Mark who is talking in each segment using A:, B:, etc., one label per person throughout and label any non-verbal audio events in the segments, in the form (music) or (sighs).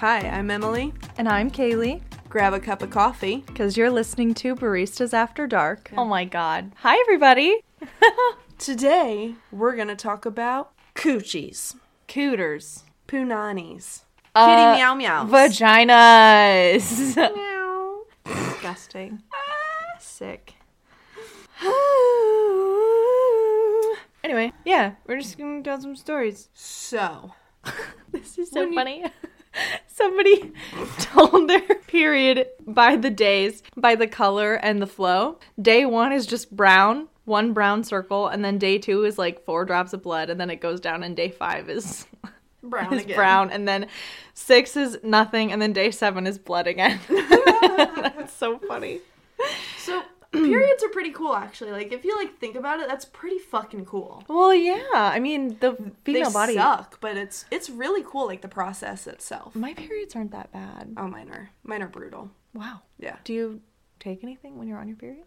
A: Hi, I'm Emily.
B: And I'm Kaylee,
A: Grab a cup of coffee.
B: because you're listening to Baristas After Dark.
C: Oh my god. Hi everybody.
A: Today, we're going to talk about coochies,
C: Cooters.
A: punanis,
C: Uh,
A: kitty meow meows.
B: (laughs)
C: Vaginas.
A: meow. Disgusting. Sick.
C: anyway, yeah, we're just gonna tell some stories.
A: So, (laughs)
C: This is so funny. (laughs) Somebody (laughs) told their period by the days, by the color and the flow. Day one is just brown, one brown circle, and then day two is like four drops of blood, and then it goes down, and day five is
A: brown
C: is
A: again.
C: brown, and then six is nothing, and then day seven is blood again. (laughs) That's so funny.
A: So,
C: (clears throat)
A: periods are pretty cool, actually. Like, if you, like, think about it, that's pretty fucking cool.
C: Well, yeah. I mean, the female
A: they
C: body.
A: suck, but it's it's really cool, like, the process itself.
C: My periods aren't that bad.
A: Oh, mine are. Mine are brutal.
C: Wow.
A: Yeah.
C: Do you take anything when you're on your period?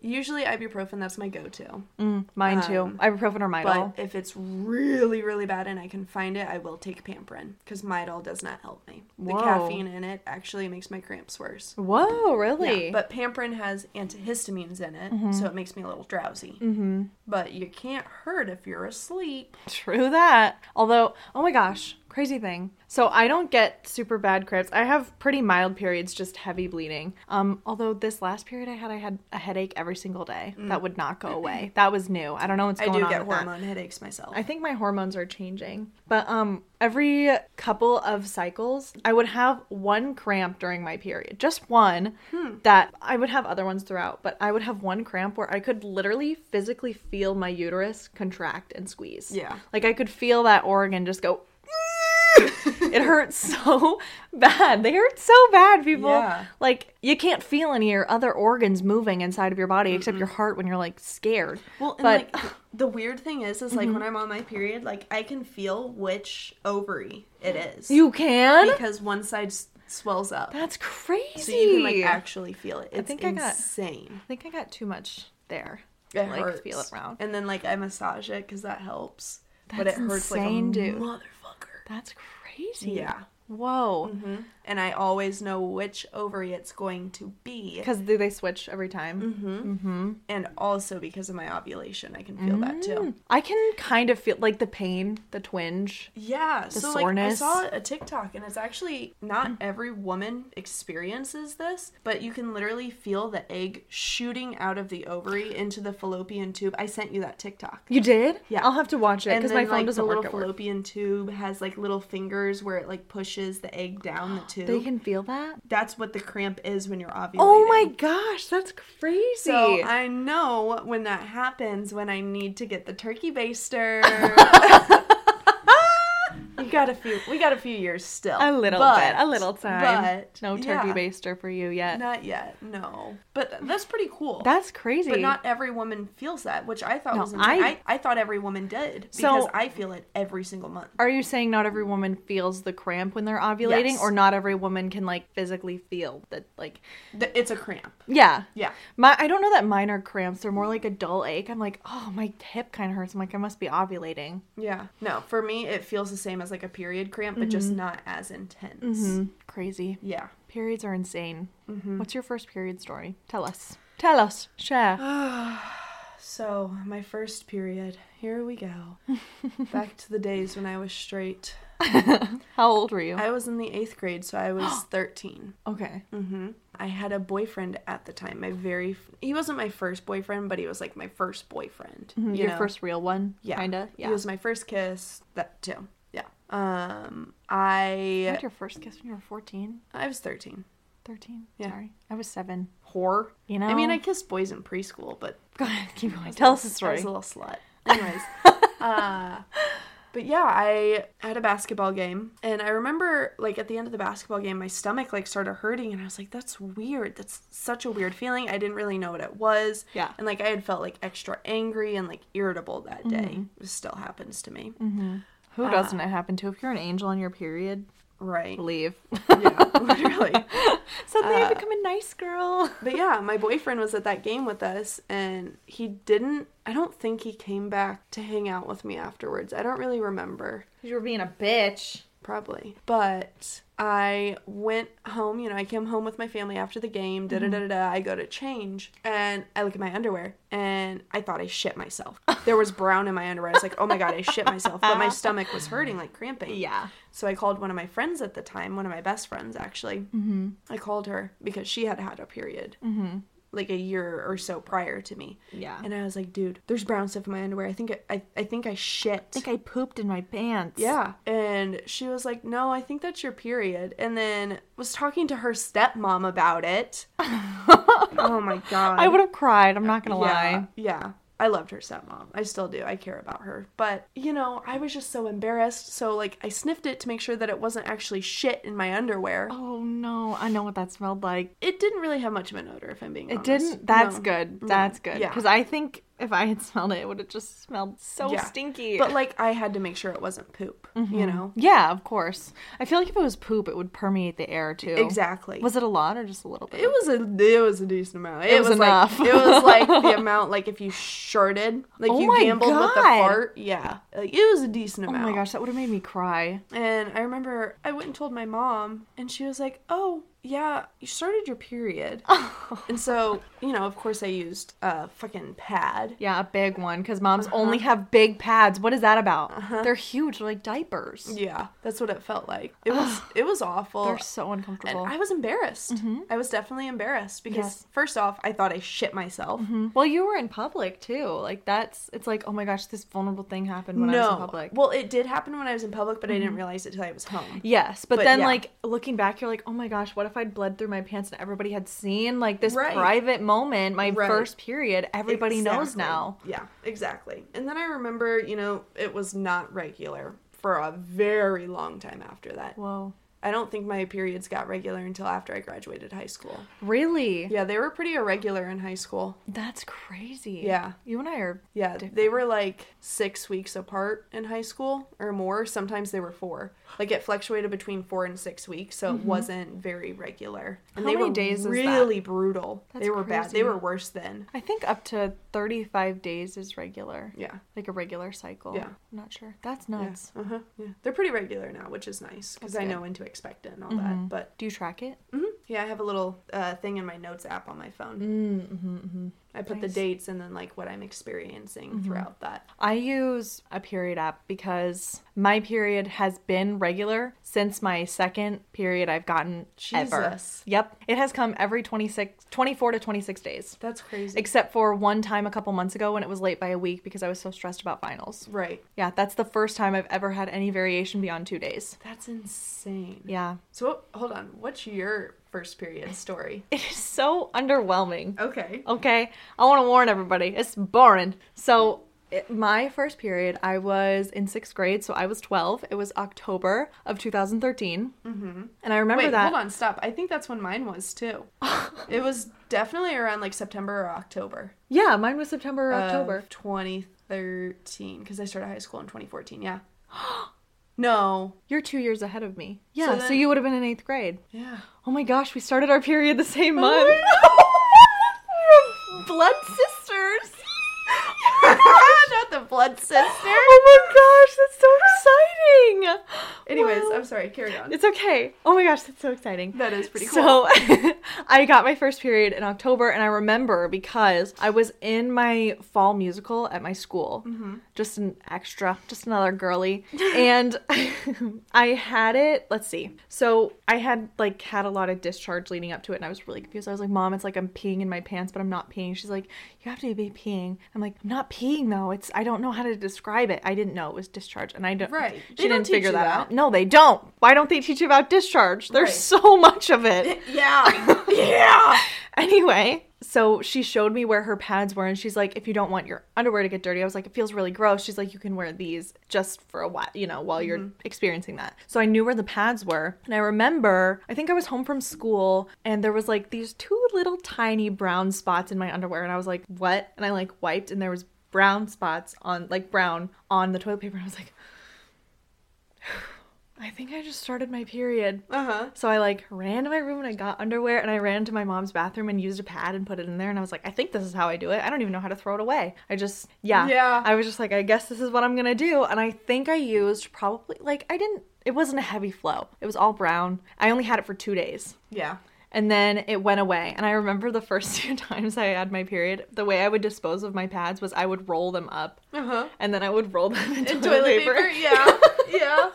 A: Usually ibuprofen, that's my go-to.
C: Mm, mine too. Ibuprofen or
A: But
C: Midol.
A: if it's really, really bad and I can find it, I will take Pamprin because Midol does not help me. The
C: Whoa.
A: caffeine in it actually makes my cramps worse.
C: Whoa, really? Mm-hmm.
A: Yeah, but Pamprin has antihistamines in it, so it makes me a little drowsy. But you can't hurt if you're asleep.
C: (laughs) True that. Although, oh my gosh, crazy thing. So I don't get super bad cramps. I have pretty mild periods, just heavy bleeding. Um, although this last period I had, I had a headache every single day. That would
A: (clears throat)
C: not go away. That was new. I don't know what's
A: Mm. I
C: going
A: do
C: on
A: get
C: with that.
A: hormone headaches myself.
C: I think my hormones are changing. But um every couple of cycles, I would have one cramp during my period. Just one
A: Hmm.
C: that I would have other ones throughout, but I would have one cramp where I could literally physically feel my uterus contract and squeeze.
A: Yeah.
C: Like I could feel that organ just
A: (laughs)
C: go (laughs) it hurts so bad. They hurt so bad, people.
A: Yeah.
C: Like you can't feel any of your other organs moving inside of your body except your heart when you're like scared.
A: Well, and
C: But- Mm-hmm.
A: like (laughs) the weird thing is, is like when I'm on my period, like I can feel which ovary it is
C: You can?
A: because one side s- swells up.
C: That's crazy.
A: So you can like actually feel it. It's
C: think I got-
A: insane.
C: I think I got too much there.
A: I
C: like feel it round.
A: And then like I massage it because that helps. but it
C: That's
A: hurts like
C: insane,
A: a
C: dude.
A: motherfucker.
C: That's crazy.
A: Yeah.
C: Whoa.
A: Mm-hmm. And I always know which ovary it's going to be.
C: Because do they switch every time?
A: Mm-hmm. And also because of my ovulation, I can feel that too.
C: I can kind of feel like the pain, the twinge.
A: Yeah. so
C: soreness.
A: like I saw a TikTok and it's actually not every woman experiences this, but you can literally feel the egg shooting out of the ovary into the fallopian tube. I sent you that TikTok.
C: You did?
A: Yeah.
C: I'll have to watch it
A: And
C: because
A: then,
C: my phone
A: like,
C: doesn't
A: the
C: work
A: little
C: at work.
A: fallopian tube has like little fingers where it like pushes the egg down the tube.
C: (gasps) They can feel that?
A: That's what the cramp is when you're ovulating.
C: Oh my gosh, that's crazy.
A: So I know when that happens when I need to get the turkey
C: (laughs)
A: baster. you got a few. We got a few years still.
C: a little
A: But-
C: bit, a little time.
A: But
C: no turkey
A: yeah,
C: baster for you yet.
A: Not yet. No. But th- that's pretty cool.
C: That's crazy.
A: But not every woman feels that, which I thought
C: No,
A: was insane. I,
C: I-
A: I thought every woman did
C: So-
A: because I feel it every single month.
C: Are you saying not every woman feels the cramp when they're ovulating,
A: Yes.
C: or not every woman can like physically feel that? Like,
A: Th- It's a cramp.
C: yeah,
A: Yeah.
C: My I don't know that mine are cramps. They're more like a dull ache. I'm like, oh, my hip kind of hurts. I'm like, I must be ovulating.
A: Yeah. No, for me, it feels the same as like a period cramp, but
C: Mm-hmm.
A: just not as intense.
C: Crazy.
A: Yeah. (sighs)
C: Periods are insane.
A: Mm-hmm.
C: What's your first period story? Tell us. Tell us.
A: Uh,
C: Share.
A: So, my first period, here we
C: (laughs)
A: go. Back to the days when I was straight.
C: How old were you?
A: I was in the eighth grade, so I
C: (gasps)
A: was 13.
C: okay.
A: hmm I had a boyfriend at the time. My very, f- he wasn't my first boyfriend, but he was like my first boyfriend. Mm-hmm. you
C: Mm-hmm. your
A: know?
C: first real one.
A: yeah.
C: Kinda. Yeah.
A: He was my first kiss, that too. Yeah. Um, I,
C: had your first kiss when you were 14,
A: I was 13.
C: 13.
A: Yeah.
C: Sorry, I was seven.
A: Whore.
C: You know.
A: I mean, I kissed boys in preschool, but
C: Go ahead, keep going. Tell us the
A: I
C: story.
A: was a little slut.
C: (laughs)
A: Anyways. uh, but yeah, I had a basketball game and I remember like at the end of the basketball game my stomach like started hurting and I was like that's weird. That's such a weird feeling. I didn't really know what it was.
C: Yeah.
A: And like I had felt like extra angry and like irritable that
C: Mm-hmm.
A: day. This still happens to me.
C: Mm. Who doesn't it happen to? If you're an angel on your period,
A: Right.
C: leave. Uh,
A: yeah, (laughs) literally.
C: (laughs) Suddenly I become a nice girl. (laughs)
A: But yeah, my boyfriend was at that game with us and he didn't I don't think he came back to hang out with me afterwards. I don't really remember.
C: You were being a bitch.
A: probably. But I went home, you know, I came home with my family after the game, da da da da da. I go to change and I look at my underwear and I thought I shit myself. There was brown in my underwear. I was like, oh my God, I shit myself. But my stomach was hurting, like cramping.
C: Yeah.
A: So I called one of my friends at the time, one of my best friends actually. Mm-hmm. I called her because she had had a period. Mm-hmm. Like a year or so prior to me,
C: Yeah.
A: and I was like, "Dude, there's brown stuff in my underwear. I think I, I, I think I shit.
C: I think I pooped in my pants.
A: Yeah. And she was like, No, I think that's your period. And then was talking to her stepmom about it. oh my God.
C: I would have cried. I'm not gonna
A: Yeah,
C: lie.
A: yeah. I loved her stepmom. I still do. I care about her. But, you know, I was just so embarrassed. So, like, I sniffed it to make sure that it wasn't actually shit in my underwear.
C: Oh no, I know what that smelled like.
A: It didn't really have much of an odor, if I'm being
C: It
A: honest.
C: didn't. That's
A: No.
C: good. That's good.
A: Yeah.
C: Because I think if I had smelled it, it would have just smelled so
A: Yeah.
C: stinky. Mm-hmm.
A: But, like, I had to make sure it wasn't poop, you know?
C: yeah, of course. I feel like if it was poop, it would permeate the air too.
A: Exactly.
C: Was it a lot or just a little bit?
A: It was a it was a decent amount. It,
C: was
A: was, like-
C: enough.
A: it was like the
C: (laughs)
A: amount like if you sharded, like
C: Oh
A: you
C: my
A: gambled with the
C: God.
A: fart. Yeah, like it was a decent
C: Oh
A: amount.
C: my gosh, that would have made me (laughs) cry.
A: And I remember I went and told my mom, and she was like, "Oh yeah, you started your period."
C: Oh.
A: and so you know, of course, I used a fucking pad.
C: Yeah, a big one because moms
A: Uh-huh.
C: only have big pads. What is that about? They're huge, like diapers.
A: Yeah, that's what it felt like. It
C: (sighs)
A: was it was awful.
C: They're so uncomfortable.
A: and I was embarrassed. I was definitely embarrassed because
C: Yes. Mm-hmm.
A: first off, I thought I shit myself.
C: well, you were in public too. Like that's. It's like, oh my gosh, this vulnerable thing happened when
A: no.
C: I was in public. Mm-hmm.
A: Well, it did happen when I was in public, but I didn't realize it till I was home.
C: Yes, but,
A: But
C: then
A: yeah.
C: like looking back, you're like, oh my gosh, what if I'd bled through my pants and everybody had seen like this
A: Right.
C: private moment, my
A: Right.
C: first period. Everybody knows
A: Exactly.
C: now.
A: Yeah, exactly. And then I remember, you know, it was not regular for a very long time after that.
C: Whoa,
A: I don't think my periods got regular until after I graduated high school.
C: really?
A: Yeah, they were pretty irregular in high school.
C: That's crazy.
A: Yeah.
C: you and I are.
A: Yeah, they were like six weeks apart in high school or more. Sometimes they were four. Like it fluctuated between four and six weeks, so it wasn't very regular. And
C: Mm-hmm. How
A: they
C: many
A: were
C: days is that?
A: really brutal.
C: That's
A: they were bad.
C: crazy.
A: They were worse then.
C: I think up to 35 days is regular,
A: Yeah.
C: like a regular cycle.
A: Yeah.
C: I'm not sure. That's Oh, nuts.
A: Yeah. Uh-huh. Yeah. They're pretty regular now, which is nice because
C: That's
A: I
C: good. Mm-hmm.
A: know when to expect it and all that. But
C: Do you track it?
A: mhm. yeah, I have a little uh, thing in my notes app on my phone. mm-hmm, I put
C: Nice. Mm-hmm.
A: the dates and then like what I'm experiencing throughout that.
C: I use a period app because my period has been regular since my second period I've gotten ever.
A: Jesus.
C: Yep. It has come every 26 24 to 26 days.
A: That's crazy.
C: Except for one time a couple months ago when it was late by a week because I was so stressed about finals.
A: right.
C: Yeah, that's the first time I've ever had any variation beyond 2 days.
A: That's insane.
C: Yeah.
A: So what- hold on. What's your first period story?
C: It is so underwhelming.
A: Okay.
C: Okay, I want to warn everybody. It's boring. So, it, my first period, I was in sixth grade, so I was 12. It was October of 2013. Mm-hmm. And I remember
A: Wait,
C: that.
A: hold on, stop. I think that's when mine was
C: (laughs)
A: too. it was definitely around like September or October.
C: Yeah, mine was September or
A: of
C: October.
A: 2013 because I started high school in 2014. Yeah. (gasps) no.
C: You're two years ahead of me. Yeah, so,
A: then-
C: you would have been in eighth grade.
A: Yeah.
C: Oh my gosh, we started our period the same
A: Oh
C: month. (laughs) We're blood
A: (laughs)
C: sisters. Ah!
A: Not the blood
C: (gasps)
A: sister.
C: Oh my gosh, that's so exciting.
A: Anyways,
C: Wow.
A: I'm sorry. Carry on.
C: It's okay. Oh my gosh, that's so exciting.
A: That is pretty
C: So (laughs) I got my first period in October, and I remember because I was in my fall musical at my school,
A: Mm-hmm.
C: just an extra, just another girly, and (laughs) I had it. Let's see. So I had like had a lot of discharge leading up to it, and I was really confused. I was like, "Mom, it's like I'm peeing in my pants, but I'm not peeing." She's like, "You have to be peeing." I'm like, "I'm not peeing though. It's I don't know how to describe it. I didn't know it was discharge, and I don't
A: Right.
C: She
A: They don't
C: didn't
A: teach
C: figure
A: you
C: that,
A: that.
C: out. No, they don't. Why don't they teach you about discharge? There's
A: Right.
C: so much of it. (laughs)
A: yeah. yeah.
C: anyway, so she showed me where her pads were, and she's like, if you don't want your underwear to get dirty, I was like, it feels really gross. She's like, you can wear these just for a while, you know, while you're experiencing that. So I knew where the pads were. And I remember, I think I was home from school, and there was like these two little tiny brown spots in my underwear. And I was like, what? And I like wiped, and there was brown spots on, like brown on the toilet paper. And I was like, (sighs) I think I just started my period.
A: Uh huh.
C: So I like ran to my room and I got underwear and I ran into my mom's bathroom and used a pad and put it in there and I was like, I think this is how I do it. I don't even know how to throw it away. I just yeah.
A: Yeah.
C: I was just like, I guess this is what I'm gonna do. And I think I used probably like I didn't it wasn't a heavy flow. It was all brown. I only had it for two days.
A: Yeah.
C: And then it went away. And I remember the (laughs) first two times I had my period, the way I would dispose of my pads was I would roll them up
A: Uh huh.
C: and then I would roll them (laughs)
A: (laughs)
C: in toilet,
A: And toilet paper.
C: paper.
A: Yeah.
C: (laughs)
A: yeah.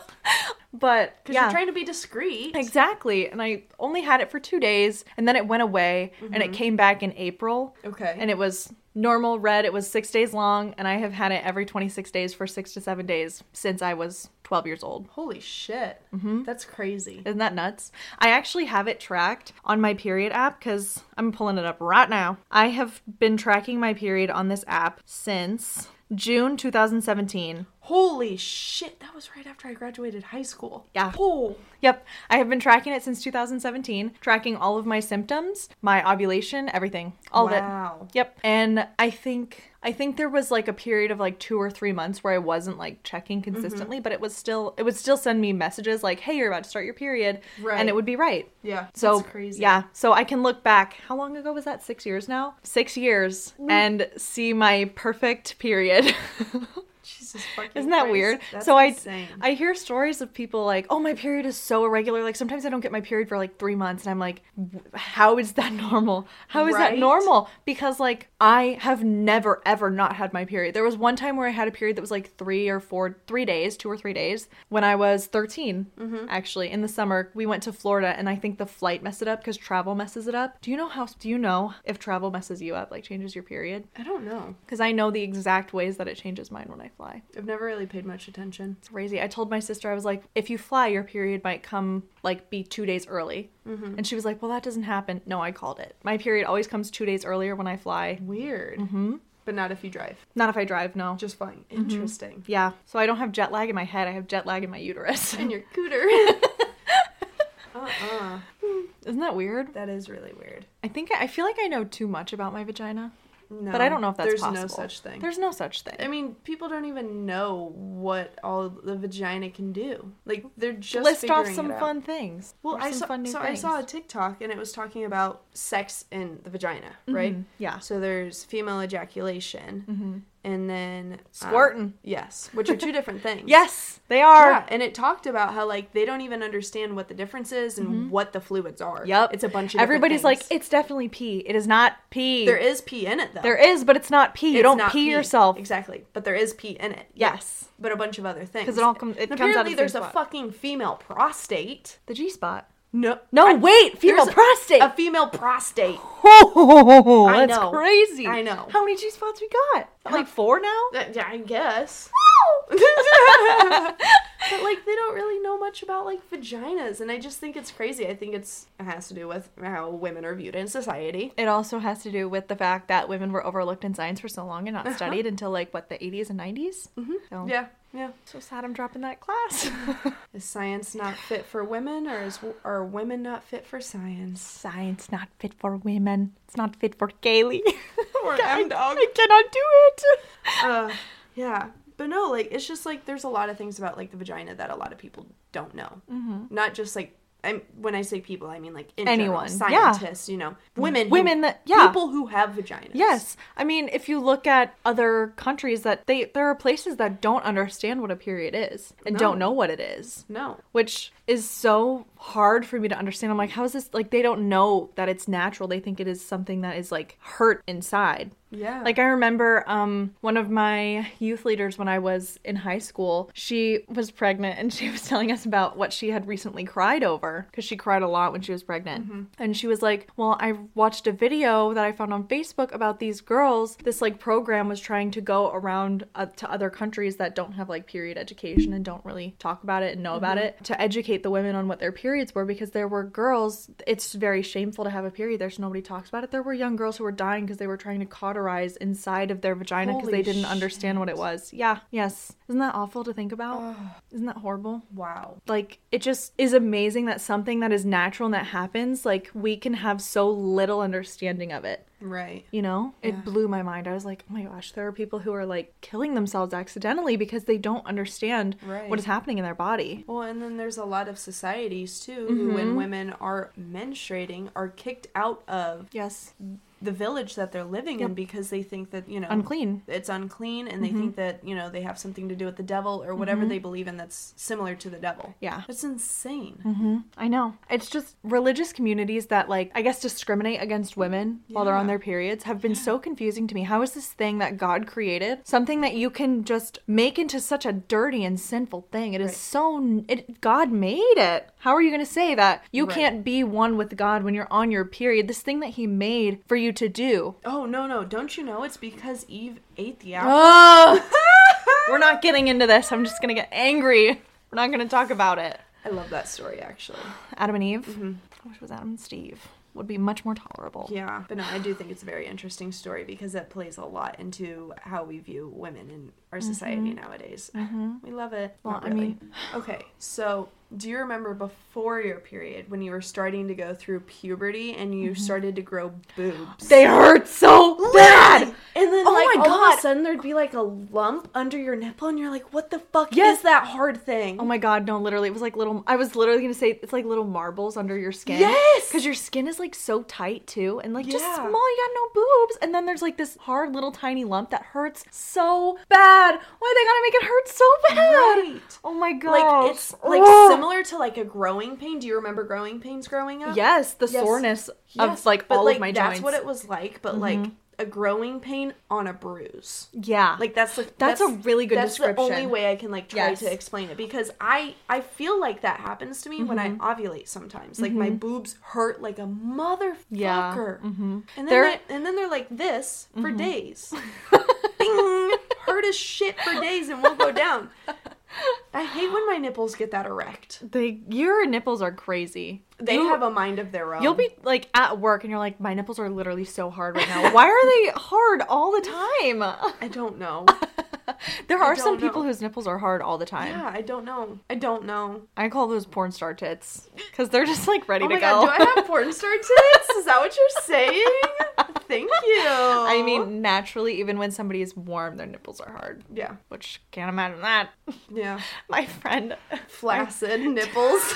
C: But
A: Because
C: yeah.
A: you're trying to be discreet.
C: Exactly. And I only had it for two days and then it went away and it came back in April.
A: Okay.
C: And it was normal red. It was six days long and I have had it every 26 days for six to seven days since I was 12 years old.
A: Holy shit. Mm-hmm. That's crazy.
C: Isn't that nuts? I actually have it tracked on my period app because I'm pulling it up right now. I have been tracking my period on this app since June 2017.
A: Holy shit. That was right after I graduated high school.
C: Yeah.
A: Oh.
C: Yep, I have been tracking it since 2017, tracking all of my symptoms, my ovulation, everything, all of it.
A: Wow.
C: Yep. And I think I think there was like a period of like 2 or 3 months where I wasn't like checking
A: Mm-hmm.
C: consistently, but it was still it would still send me messages like, "Hey, you're about to start your period."
A: Right.
C: And it would be right.
A: Yeah.
C: So
A: That's crazy.
C: yeah, so I can look back. How long ago was that? 6 years now? 6 years and see my perfect period. (laughs)
A: Jesus fucking
C: Isn't that
A: Christ.
C: weird?
A: That's
C: so I
A: insane.
C: I hear stories of people like, "Oh, my period is so irregular. Like sometimes I don't get my period for like 3 months." And I'm like, "W- "How is that (laughs) normal? How is
A: Right?
C: that normal?" Because like I have never ever not had my period. There was one time where I had a period that was like 3 or 4 3 days, 2 or 3 days when I was 13.
A: Mm-hmm.
C: Actually, in the summer, we went to Florida and I think the flight messed it up cuz travel messes it up. Do you know how do you know if travel messes you up like changes your period?
A: I don't know.
C: Cuz I know the exact ways that it changes mine when I fly
A: I've never really paid much attention.
C: crazy. I told my sister, I was like, if you fly, your period might come like be two days early.
A: Mm-hmm.
C: And she was like, well, that doesn't happen. No, I called it. My period always comes two days earlier when I fly.
A: Weird. Mm-hmm. But not if you drive.
C: Not if I drive, no.
A: Just flying.
C: Mm-hmm.
A: Interesting.
C: yeah. So I don't have jet lag in my head. I have jet lag in my uterus. (laughs)
A: And your cooter. uh-uh.
C: Isn't that weird?
A: That is really weird.
C: I think I feel like I know too much about my vagina,
A: No.
C: but I don't know if that's
A: There's
C: possible.
A: no such thing.
C: There's no such thing.
A: I mean, people don't even know what all the vagina can do. Like they're just
C: List off
A: figuring
C: some
A: it out.
C: fun things.
A: Well,
C: Or
A: I
C: some
A: saw
C: fun new
A: so
C: things.
A: I saw a TikTok and it was talking about sex in the vagina, right?
C: Mhm. Yeah.
A: So there's female ejaculation
C: Mm-hmm.
A: and then um,
C: Squirtin'.
A: yes, which are two
C: (laughs)
A: different things.
C: Yes, they are.
A: Yeah, and it talked about how like they don't even understand what the difference is and what the fluids are.
C: Yep.
A: it's a bunch of different
C: Mm-hmm. Everybody's like,
A: things.
C: it's definitely pee. It is not pee.
A: there is pee in it though.
C: There is, but it's not pee. You
A: It's
C: don't
A: not
C: pee, yourself.
A: exactly, but there is pee in it.
C: Yes.
A: but a bunch of other things.
C: 'Cause it all come- it
A: And
C: comes out of
A: apparently
C: the
A: there's
C: same
A: a
C: spot.
A: fucking female prostate.
C: The G spot.
A: No,
C: No, wait, female
A: there's a-
C: prostate. (laughs)
A: A female prostate.
C: Oh,
A: I
C: that's
A: know.
C: crazy.
A: I know.
C: How many G spots we got? Like four now?
A: Uh, Yeah, I guess. (laughs) But like they don't really know much about like vaginas, and I just think it's crazy. I think it's it has to do with how women are viewed in society.
C: It also has to do with the fact that women were overlooked in science for so long and not studied until like what the 80s and 90s. Mm-hmm. So,
A: Uh-huh. Yeah, yeah.
C: so sad I'm dropping that class. (laughs)
A: Is science not fit for women, or is are women not fit for science?
C: science not fit for women. It's not fit for Kaylee.
A: (laughs) Or
C: (laughs) I-
A: M dog.
C: I cannot do
A: (laughs)
C: it.
A: Uh, yeah, but no, like it's just like there's a lot of things about like the vagina that a lot of people don't know. Mm-hmm. Not just like I'm when I say people, I mean like in general,
C: Anyone, yeah. Mm-hmm.
A: scientists, you know, women, who-
C: Women that- yeah.
A: people who have vaginas.
C: Yes. I mean, if you look at other countries that they there are places that don't understand what a period is and don't
A: No.
C: know what it is,
A: No.
C: which is so hard for me to understand. I'm like, how is this like they don't know that it's natural. They think it is something that is like hurt inside.
A: Yeah.
C: Like I remember um one of my youth leaders when I was in high school, she was pregnant and (laughs) she was telling us about what she had recently cried over cuz she cried a lot when she was pregnant. And she was like, "Well, I watched a video that I found on Facebook about these girls. This like program was trying to go around uh, to other countries that don't have like period education and don't really talk about it and know about
A: Mm-hmm.
C: it to educate the women on what their periods were because there were girls, it's very shameful to have a period. There's nobody talks about it. There were young girls who were dying because they were trying to cauterize cauterize inside of their vagina because
A: Holy
C: they didn't understand what it
A: shit.
C: was. Yeah, yes. Isn't that awful to think about? Isn't that horrible?
A: Wow.
C: Like, it just is amazing that something that is natural and that happens, like, we can have so little understanding of it.
A: Right.
C: You know,
A: Yeah.
C: it blew my mind. I was like, oh my gosh, there are people who are like killing themselves accidentally because they don't understand
A: Right.
C: what is happening in their body.
A: Well, and then there's a lot of societies too
C: Mm-hmm.
A: who, when women are menstruating, are kicked out of
C: Yes.
A: the village that they're living in
C: Yep.
A: because they think that you know
C: Unclean.
A: it's unclean and they
C: Mm-hmm.
A: think that you know they have something to do with the devil or whatever they believe in that's similar to the devil
C: Yeah.
A: that's insane
C: hmm I know. It's just religious communities that, like, I guess discriminate against women while they're on
A: Yeah.
C: their periods have been so confusing to me. How is this thing that God created something that you can just make into such a dirty and sinful thing? It is
A: Right.
C: so. It, God made it. How are you going to say that you
A: Right.
C: can't be one with God when you're on your period? This thing that He made for you to do.
A: oh no no don't you know it's because eve ate the apple
C: Oh! We're not getting into this. I'm just going to get angry. We're not going to talk about it.
A: i love that story actually
C: Adam and Eve. I wish it was Adam and Steve. Would be much more tolerable.
A: Mm-hmm. yeah but no i do think it's a very interesting story because it plays a lot into how we view women in our society nowadays we love it
C: Mm-hmm. Well,
A: Not
C: I
A: really.
C: mean-
A: okay so do you remember before your period when you were starting to go through puberty and
C: Mm-hmm.
A: you started to grow boobs
C: They hurt so bad.
A: And then,
C: Oh
A: like,
C: my
A: all of
C: God.
A: a sudden, there'd be like a lump under your nipple, and you're like, "What the fuck
C: Yes.
A: is that hard thing?"
C: Oh my god, no, literally. It was like little I was literally gonna say it's like little marbles under your skin.
A: Yes!
C: Because your skin is like so tight too, and like just
A: Yeah.
C: small, you got no boobs. And then there's like this hard little tiny lump that hurts so bad. Why they gotta make it hurt so bad?
A: Right.
C: Oh my god.
A: Like it's like
C: Ugh.
A: similar to like a growing pain. Do you remember growing pains growing up?
C: Yes, the
A: Yes.
C: soreness of
A: Yes,
C: like
A: but,
C: all
A: like,
C: of my
A: That's
C: joints. Mm-hmm.
A: what it was like, but like a growing pain on a bruise.
C: yeah.
A: Like that's the
C: That's a really good
A: that's the only
C: description.
A: way I can like try
C: Yes.
A: to explain it because I I feel like that happens to me when
C: Mm-hmm.
A: I ovulate sometimes. Like my boobs hurt like a motherfucker.
C: Yeah. Mm-hmm.
A: And then
C: They're- Mm-hmm.
A: they- and then they're like this for days.
C: (laughs)
A: Bing! Hurt as shit for days and won't go down. I hate when my nipples get that erect.
C: they your nipples are crazy.
A: They
C: You-
A: have a um, mind of their own.
C: You'll be like at work and you're like, my nipples are literally so hard right now. Why are they hard all the time? (laughs)
A: I don't know.
C: There
A: I
C: are some
A: don't know.
C: people whose nipples are hard all the time.
A: Yeah, I don't know. I don't know.
C: I call those porn star tits because they're just like ready
A: Oh
C: to
A: my
C: go.
A: god, do I have porn star tits? Is that what you're
C: (laughs)
A: saying? Thank you.
C: (laughs) I
A: Oh.
C: mean, naturally, even when somebody is warm, their nipples are hard,
A: yeah,
C: which can't imagine that. (laughs)
A: yeah.
C: My friend, (laughs)
A: Flaccid nipples,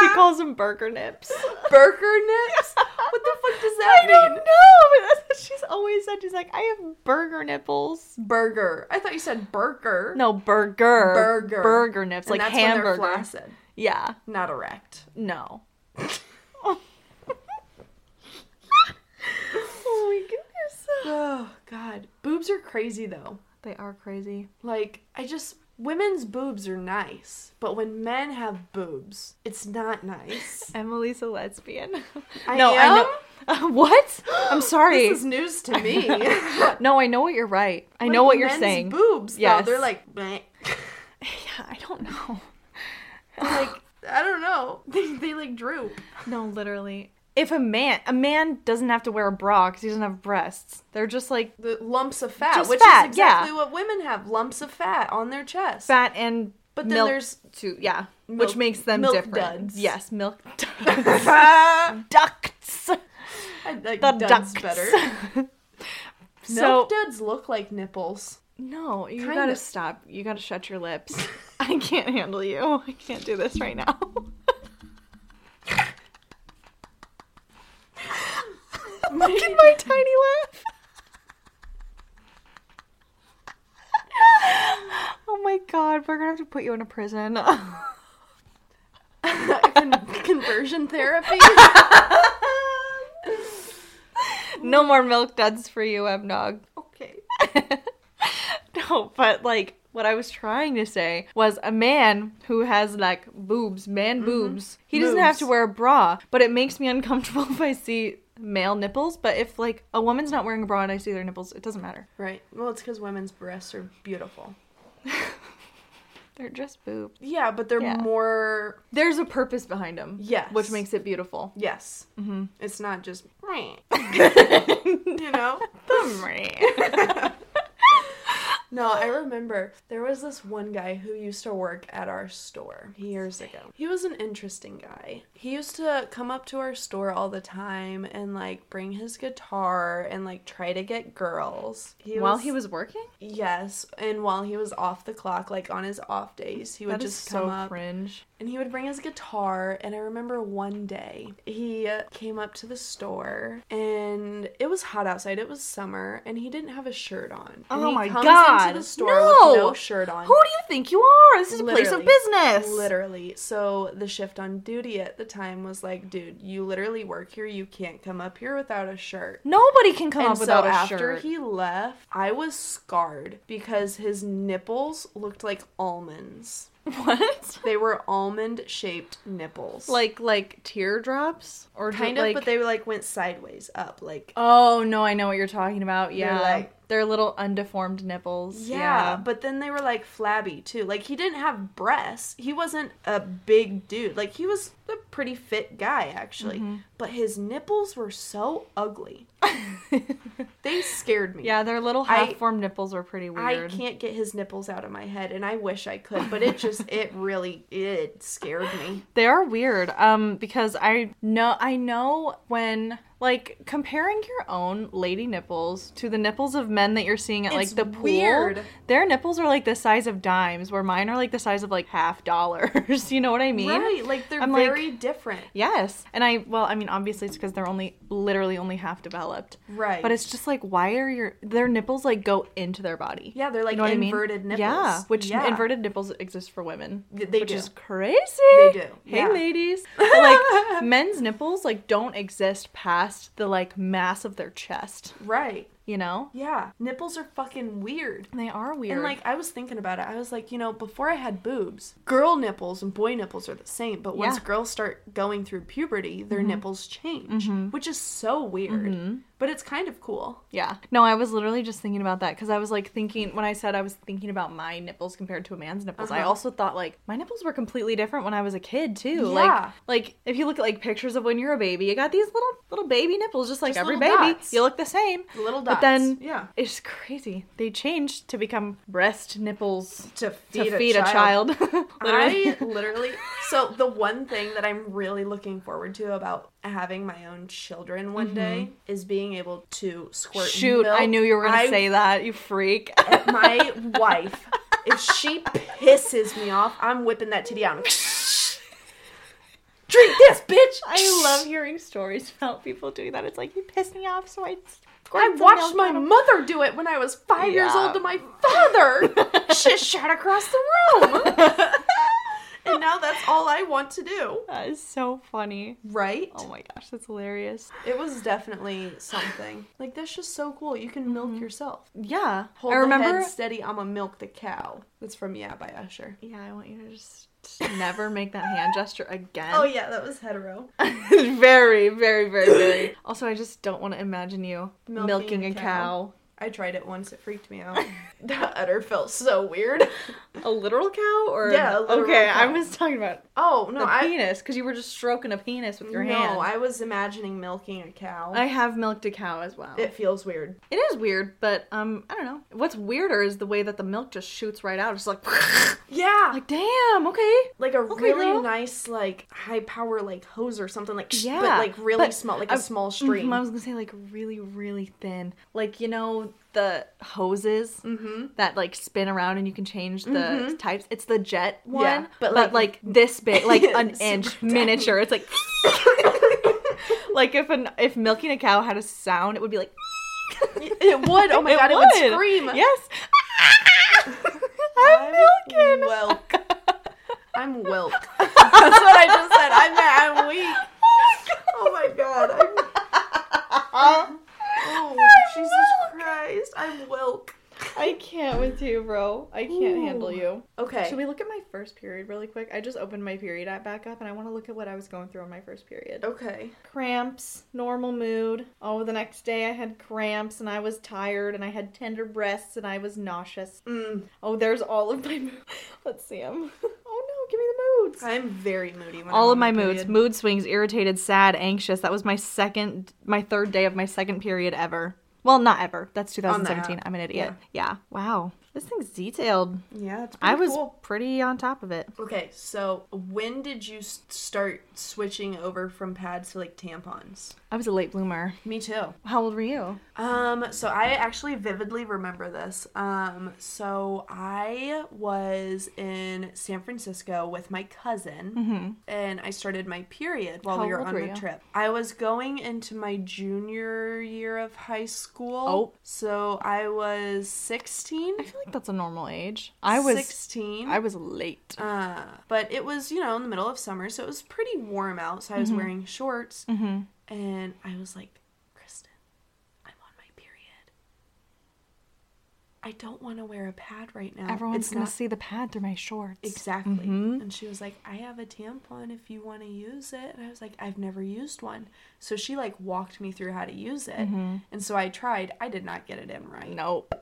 C: she calls them burger nips. (laughs)
A: burger nips. What the fuck does that
C: I
A: mean?
C: don't know, but that's what she's always said. She's like, I have burger nipples.
A: Burger. I thought you said burger.
C: No, burger.
A: burger.
C: Burger nips,
A: And
C: like
A: that's when they're
C: hamburger.
A: flaccid,
C: Yeah.
A: not erect.
C: No. (laughs) oh my goodness.
A: (sighs) Oh god, boobs are crazy though.
C: They are crazy.
A: Like I just. Women's boobs are nice, but when men have boobs, it's not nice.
C: Emily's a lesbian.
A: I
C: I know. (laughs) what?
A: (gasps)
C: I'm sorry.
A: This is news to me.
C: (laughs) No, I know what you're right. I
A: Like,
C: know what you're
A: men's
C: saying.
A: Boobs, yeah,
C: Yes.
A: they're like, bleh.
C: (laughs) yeah, I don't know.
A: like I don't know. (laughs) They, they like droop.
C: No, literally. If a man a man doesn't have to wear a bra because he doesn't have breasts, they're just like
A: The lumps of fat,
C: Just
A: which
C: fat,
A: is exactly
C: yeah.
A: what women have: lumps of fat on their chest.
C: fat and
A: But then
C: milk
A: there's-
C: too, yeah,
A: milk-
C: which makes them
A: milk
C: different.
A: duds. (laughs)
C: Yes, milk duds. ducts.
A: I uh, like
C: The
A: duds
C: ducts
A: better.
C: (laughs) so
A: Milk duds look like
C: (laughs)
A: nipples.
C: no, you
A: Kinda.
C: gotta stop. You gotta shut your lips. (laughs) I can't handle you. I can't do this right now. (laughs) Look at my tiny laugh. (laughs) oh my god, we're gonna have to put you in a prison. (laughs)
A: (laughs) Con- conversion
C: (laughs)
A: therapy.
C: no more milk duds for you, Emnog.
A: okay.
C: (laughs) no, but like what I was trying to say was a man who has like boobs, man boobs, he doesn't have
A: Mm-hmm.
C: to
A: Boobs.
C: wear a bra, but it makes me uncomfortable (laughs) if I see male nipples. But if like a woman's not wearing a bra and I see their nipples, it doesn't matter.
A: Right. Well, it's because women's breasts are beautiful.
C: They're just boobs.
A: Yeah, but they're
C: Yeah.
A: more
C: There's a purpose behind them.
A: Yes.
C: Which makes it
A: (laughs)
C: beautiful.
A: yes. Mm-hmm. It's not
C: (laughs)
A: just (laughs) you know.
C: (laughs)
A: No, I remember there was this one guy who used to work at our store years ago. He was an interesting guy. He used to come up to our store all the time and like bring his guitar and like try to get girls. He
C: While he was working?
A: yes, and while he was off the clock, like on his off days, he would
C: That is
A: just come up
C: cringe.
A: and he would bring his guitar. And I remember one day he came up to the store and it was hot outside. It was summer and he didn't have a shirt on. And
C: Oh
A: he
C: my
A: comes
C: God.
A: Into the store
C: No.
A: with no shirt on.
C: Who do you think you are? This is a place of
A: Literally.
C: business.
A: Literally. So the shift on duty at the time was like, dude, you literally work here. You can't come up here without a shirt.
C: Nobody can come
A: And
C: up
A: so
C: without a
A: after
C: shirt.
A: he left, I was scarred because his nipples looked like almonds.
C: (laughs) What?
A: They were almond shaped nipples.
C: Like like teardrops or
A: kind
C: do-
A: of,
C: like...
A: but they like went sideways up, like
C: Oh no, I know what you're talking about. Yeah,
A: like-
C: they're little undeformed nipples.
A: yeah, But then they were like flabby too. Like he didn't have breasts. He wasn't a big dude. Like he was a pretty fit guy actually,
C: Mm-hmm.
A: but his nipples were so ugly. they scared me.
C: yeah, their little
A: (laughs) I-
C: half-formed nipples are pretty
A: I
C: weird.
A: can't get his nipples out of my head, and I wish I could, but it just
C: (laughs)
A: it really it scared me.
C: They are weird. Um, because I know I know when like comparing your own lady nipples to the nipples of men that you're seeing at
A: It's
C: like the pool,
A: weird.
C: their nipples are like the size of dimes, where mine are like the size of like half dollars. (laughs) you know what I mean?
A: Right? Like they're
C: I'm like-
A: very different.
C: Yes. And I well, I mean, obviously it's because they're only literally only half developed.
A: Right.
C: But it's just like why are your their nipples like go into their body?
A: Yeah, they're like
C: You know what I mean?
A: inverted nipples.
C: Yeah, which
A: Yeah.
C: inverted nipples exist for women.
A: Th- they
C: which
A: do.
C: is crazy.
A: They do,
C: Hey
A: yeah. (laughs)
C: ladies. But, like men's nipples like don't exist past the like mass of their chest,
A: right.
C: you know?
A: Yeah. Nipples are fucking weird.
C: And they are weird.
A: And like I was thinking about it, I was like, you know, before I had boobs, girl nipples and boy nipples are the same, but once
C: Yeah. Mm-hmm.
A: girls start going through puberty, their nipples change, which is so weird. But it's kind of cool.
C: Yeah. No, I was literally just thinking about that because I was like thinking when I said I was thinking about my nipples compared to a man's nipples. I
A: Uh-huh.
C: also thought like my nipples were completely different when I was a kid too.
A: Yeah.
C: Like like if you look at like pictures of when you're a baby, you got these little little baby nipples just like
A: Just
C: every baby.
A: little dots.
C: You look the same.
A: The little dots.
C: But then
A: yeah.
C: it's crazy. They changed to become breast nipples
A: To
C: to
A: feed,
C: feed, a child. (laughs)
A: I
C: literally.
A: literally. So the one thing that I'm really looking forward to about having my own children one day is being able to squirt.
C: Mm-hmm. Shoot, I
A: milk.
C: knew you were gonna
A: I
C: say that, you freak.
A: my wife, if she pisses me off, I'm whipping that titty out. Drink this, bitch!
C: I love hearing stories about people doing that. It's like you pissed me off, so I
A: I watched my mother do it when I was five years
C: Yeah.
A: old to my father. (laughs) Shit shot across the room. and now that's all I want to do.
C: (laughs) That is so funny.
A: Right?
C: Oh my gosh, that's hilarious.
A: It was definitely something. Like, that's just so cool. You can milk yourself.
C: Yeah,
A: Hold
C: I
A: the
C: remember.
A: head steady, I'ma milk the cow. That's from Yeah by Usher.
C: Yeah, I want you to just never make that hand gesture again. (laughs)
A: Oh, yeah, that was hetero.
C: very,
A: (laughs)
C: very, very, very. Also, I just don't want to imagine you milking,
A: Milking
C: a,
A: a
C: cow.
A: cow. I tried it once, it freaked me out. (laughs) that udder felt so weird.
C: A literal cow, or
A: Yeah, a literal
C: okay.
A: cow.
C: I was talking about
A: Oh, no,
C: the
A: I.
C: penis because you were just stroking a penis with your
A: no,
C: hand.
A: I was imagining milking a cow.
C: I have milked a cow as well.
A: it feels weird.
C: it is weird, but um, I don't know. What's weirder is the way that the milk just shoots right out. It's like, (laughs)
A: Yeah.
C: like damn, okay.
A: like a
C: Okay,
A: really
C: girl.
A: nice like high power like hose or something like
C: Yeah,
A: yeah, but like really
C: but
A: small like
C: I-
A: a
C: (laughs)
A: small stream.
C: Mhm, I was gonna say like really, really thin, like you know the hoses
A: Mhm.
C: that like spin around and you can change the types. It's the jet one, but,
A: Mm-hmm. but,
C: like,
A: like-
C: this
A: (laughs)
C: big, like an
A: Super
C: inch
A: tiny.
C: miniature.
A: (laughs)
C: It's like like if an if milking a cow had a sound, it would be like
A: (laughs) It would. Oh my god, it would scream. (laughs)
C: Yes, I'm milking.
A: Welk. I'm wilk. (laughs) That's what
C: (laughs)
A: I just said. I'm I'm weak. Oh my god.
C: (laughs)
A: Oh, I'm Oh Jesus Christ. I'm wilk.
C: I can't with you, bro. I can't handle you.
A: Okay.
C: Should we look at my first period really quick? I just opened my period app back up and I want to look at what I was going through on my first period.
A: Okay.
C: Cramps, normal mood. Oh, the next day I had cramps and I was tired and I had tender breasts and I was nauseous.
A: Mm,
C: Oh, there's all of my (laughs) moods. Let's see them. (laughs) Oh no, give me the moods.
A: I'm very moody. When
C: all
A: I'm
C: of
A: on
C: my
A: a
C: moods
A: period.
C: mood swings irritated sad anxious that was my second my third day of my second period ever well not ever that's
A: On the
C: 2017
A: app.
C: i'm an idiot yeah. wow this thing's detailed
A: Yeah, it's pretty
C: i was
A: cool.
C: pretty on top of it
A: Okay, so when did you s- start switching over from pads to like tampons?
C: i was a late bloomer
A: Me too.
C: how old were you
A: Um, so I actually vividly remember this. Um, so I was in San Francisco with my cousin, and I started my period while
C: Mm-hmm. How
A: we were
C: old
A: on
C: were
A: the
C: you?
A: trip. I was going into my junior year of high school.
C: Oh.
A: so I was sixteen.
C: i feel like that's a normal age i was
A: sixteen.
C: i was late
A: Uh, but it was, you know, in the middle of summer, so it was pretty warm out. So I
C: Mm-hmm.
A: was wearing shorts, and I was like, "Kristen, I'm on my period. I don't want to wear a pad right now.
C: everyone's
A: It's
C: gonna mm-hmm.
A: not-
C: see the pad through my shorts
A: exactly." And she was like, "I have a tampon if you want to use it." And I was like, "I've never used one." So she like walked me through how to use it,
C: Mm-hmm.
A: and so I tried. I did not get it in right.
C: nope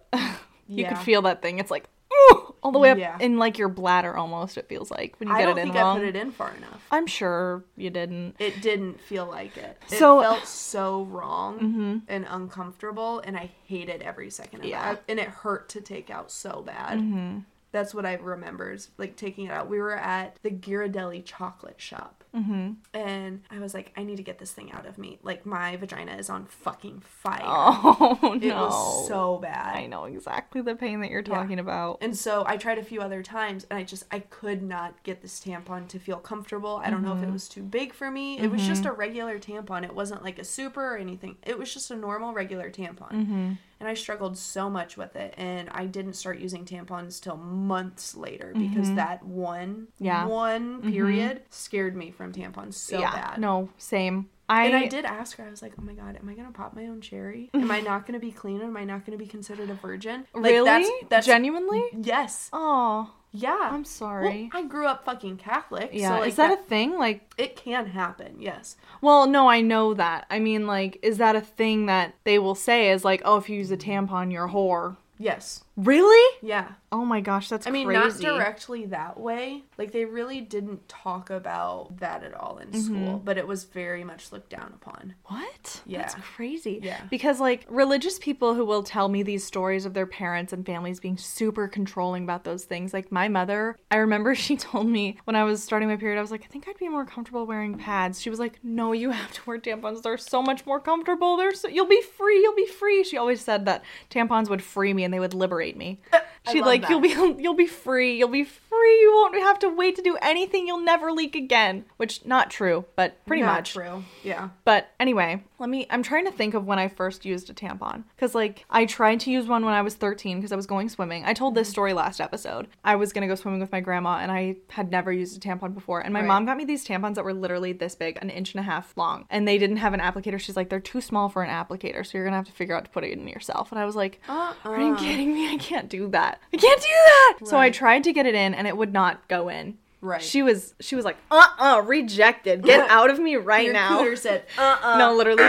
C: you
A: Yeah.
C: could feel that thing it's like "Ooh," all the way up
A: Yeah.
C: in like your bladder almost it feels like when you
A: I
C: get
A: don't
C: it in
A: think
C: wrong
A: I put it in far enough.
C: i'm sure you didn't
A: it didn't feel like it. It
C: So- uh, mm-hmm.
A: felt so wrong and uncomfortable, and I hated every second of
C: Yeah. Mm-hmm.
A: it. And it hurt to take out so bad. That's what I remember is like taking it out. We were at the Ghirardelli chocolate shop, and I was like, I need to get this thing out of me. Like my vagina is on fucking fire.
C: Oh no!
A: It was so bad.
C: I know exactly the pain that you're
A: Yeah.
C: talking about.
A: And so I tried a few other times and I just I could not get this tampon to feel comfortable. I don't know
C: Mm-hmm.
A: if it was too big for me. It was just a regular tampon. It wasn't like a super or anything. It was just a normal regular tampon.
C: Mm-hmm.
A: And I struggled so much with it and I didn't start using tampons till months later because that one
C: Mm-hmm. Yeah. Mm-hmm.
A: one period scared me from tampons so
C: yeah,
A: bad.
C: no, same. I
A: And I did ask her, I was like, oh my God, am I going to pop my own
C: (laughs)
A: cherry? Am I not going to be clean? Am I not going to be considered a virgin? Like,
C: really,
A: That's, that's,
C: genuinely.
A: yes.
C: Oh,
A: Yeah.
C: I'm sorry.
A: Well, I grew up fucking Catholic.
C: yeah,
A: So like,
C: is that, a thing? Like,
A: it can happen? Yes.
C: well, no, I know that. I mean, like, is that a thing that they will say is like, oh, if you use a tampon, you're a whore.
A: Yes.
C: Really?
A: Yeah.
C: Oh my gosh, that's
A: I mean,
C: crazy.
A: not directly that way. Like they really didn't talk about that at all in
C: Mm-hmm.
A: school, but it was very much looked down upon.
C: What?
A: Yeah.
C: That's crazy.
A: Yeah.
C: Because like religious people who will tell me these stories of their parents and families being super controlling about those things. Like my mother, I remember (laughs) she told me when I was starting my period, I was like, I think I'd be more comfortable wearing pads. She was like, No, you have to wear tampons. They're so much more comfortable. They're so you'll be free. You'll be free. She always said that tampons would free me and they would liberate me.
A: Uh, I
C: She'd
A: love
C: like,
A: that.
C: you'll be (laughs) you'll be free. You'll be free. You won't have to wait to do anything. You'll never leak again. Which not true, but pretty
A: Not
C: much.
A: true. Yeah.
C: But anyway, let me. I'm trying to think of when I first used a tampon. Because, like, I tried to use one when I was 13 because I was going swimming. I told this story last episode. I was going to go swimming with my grandma and I had never used a tampon before. And my
A: Right.
C: mom got me these tampons that were literally this big, an inch and a half long. And they didn't have an applicator. She's like, they're too small for an applicator. So you're going to have to figure out to put it in yourself. And I was like, are you kidding me? I can't do that. I can't do that. So I
A: Right.
C: tried to get it in and it would not go in.
A: Right.
C: She was she was like, uh-uh, rejected. (laughs) Get out of me right
A: Your
C: now.
A: cooter said,
C: (laughs)
A: uh, uh (laughs)
C: No, literally,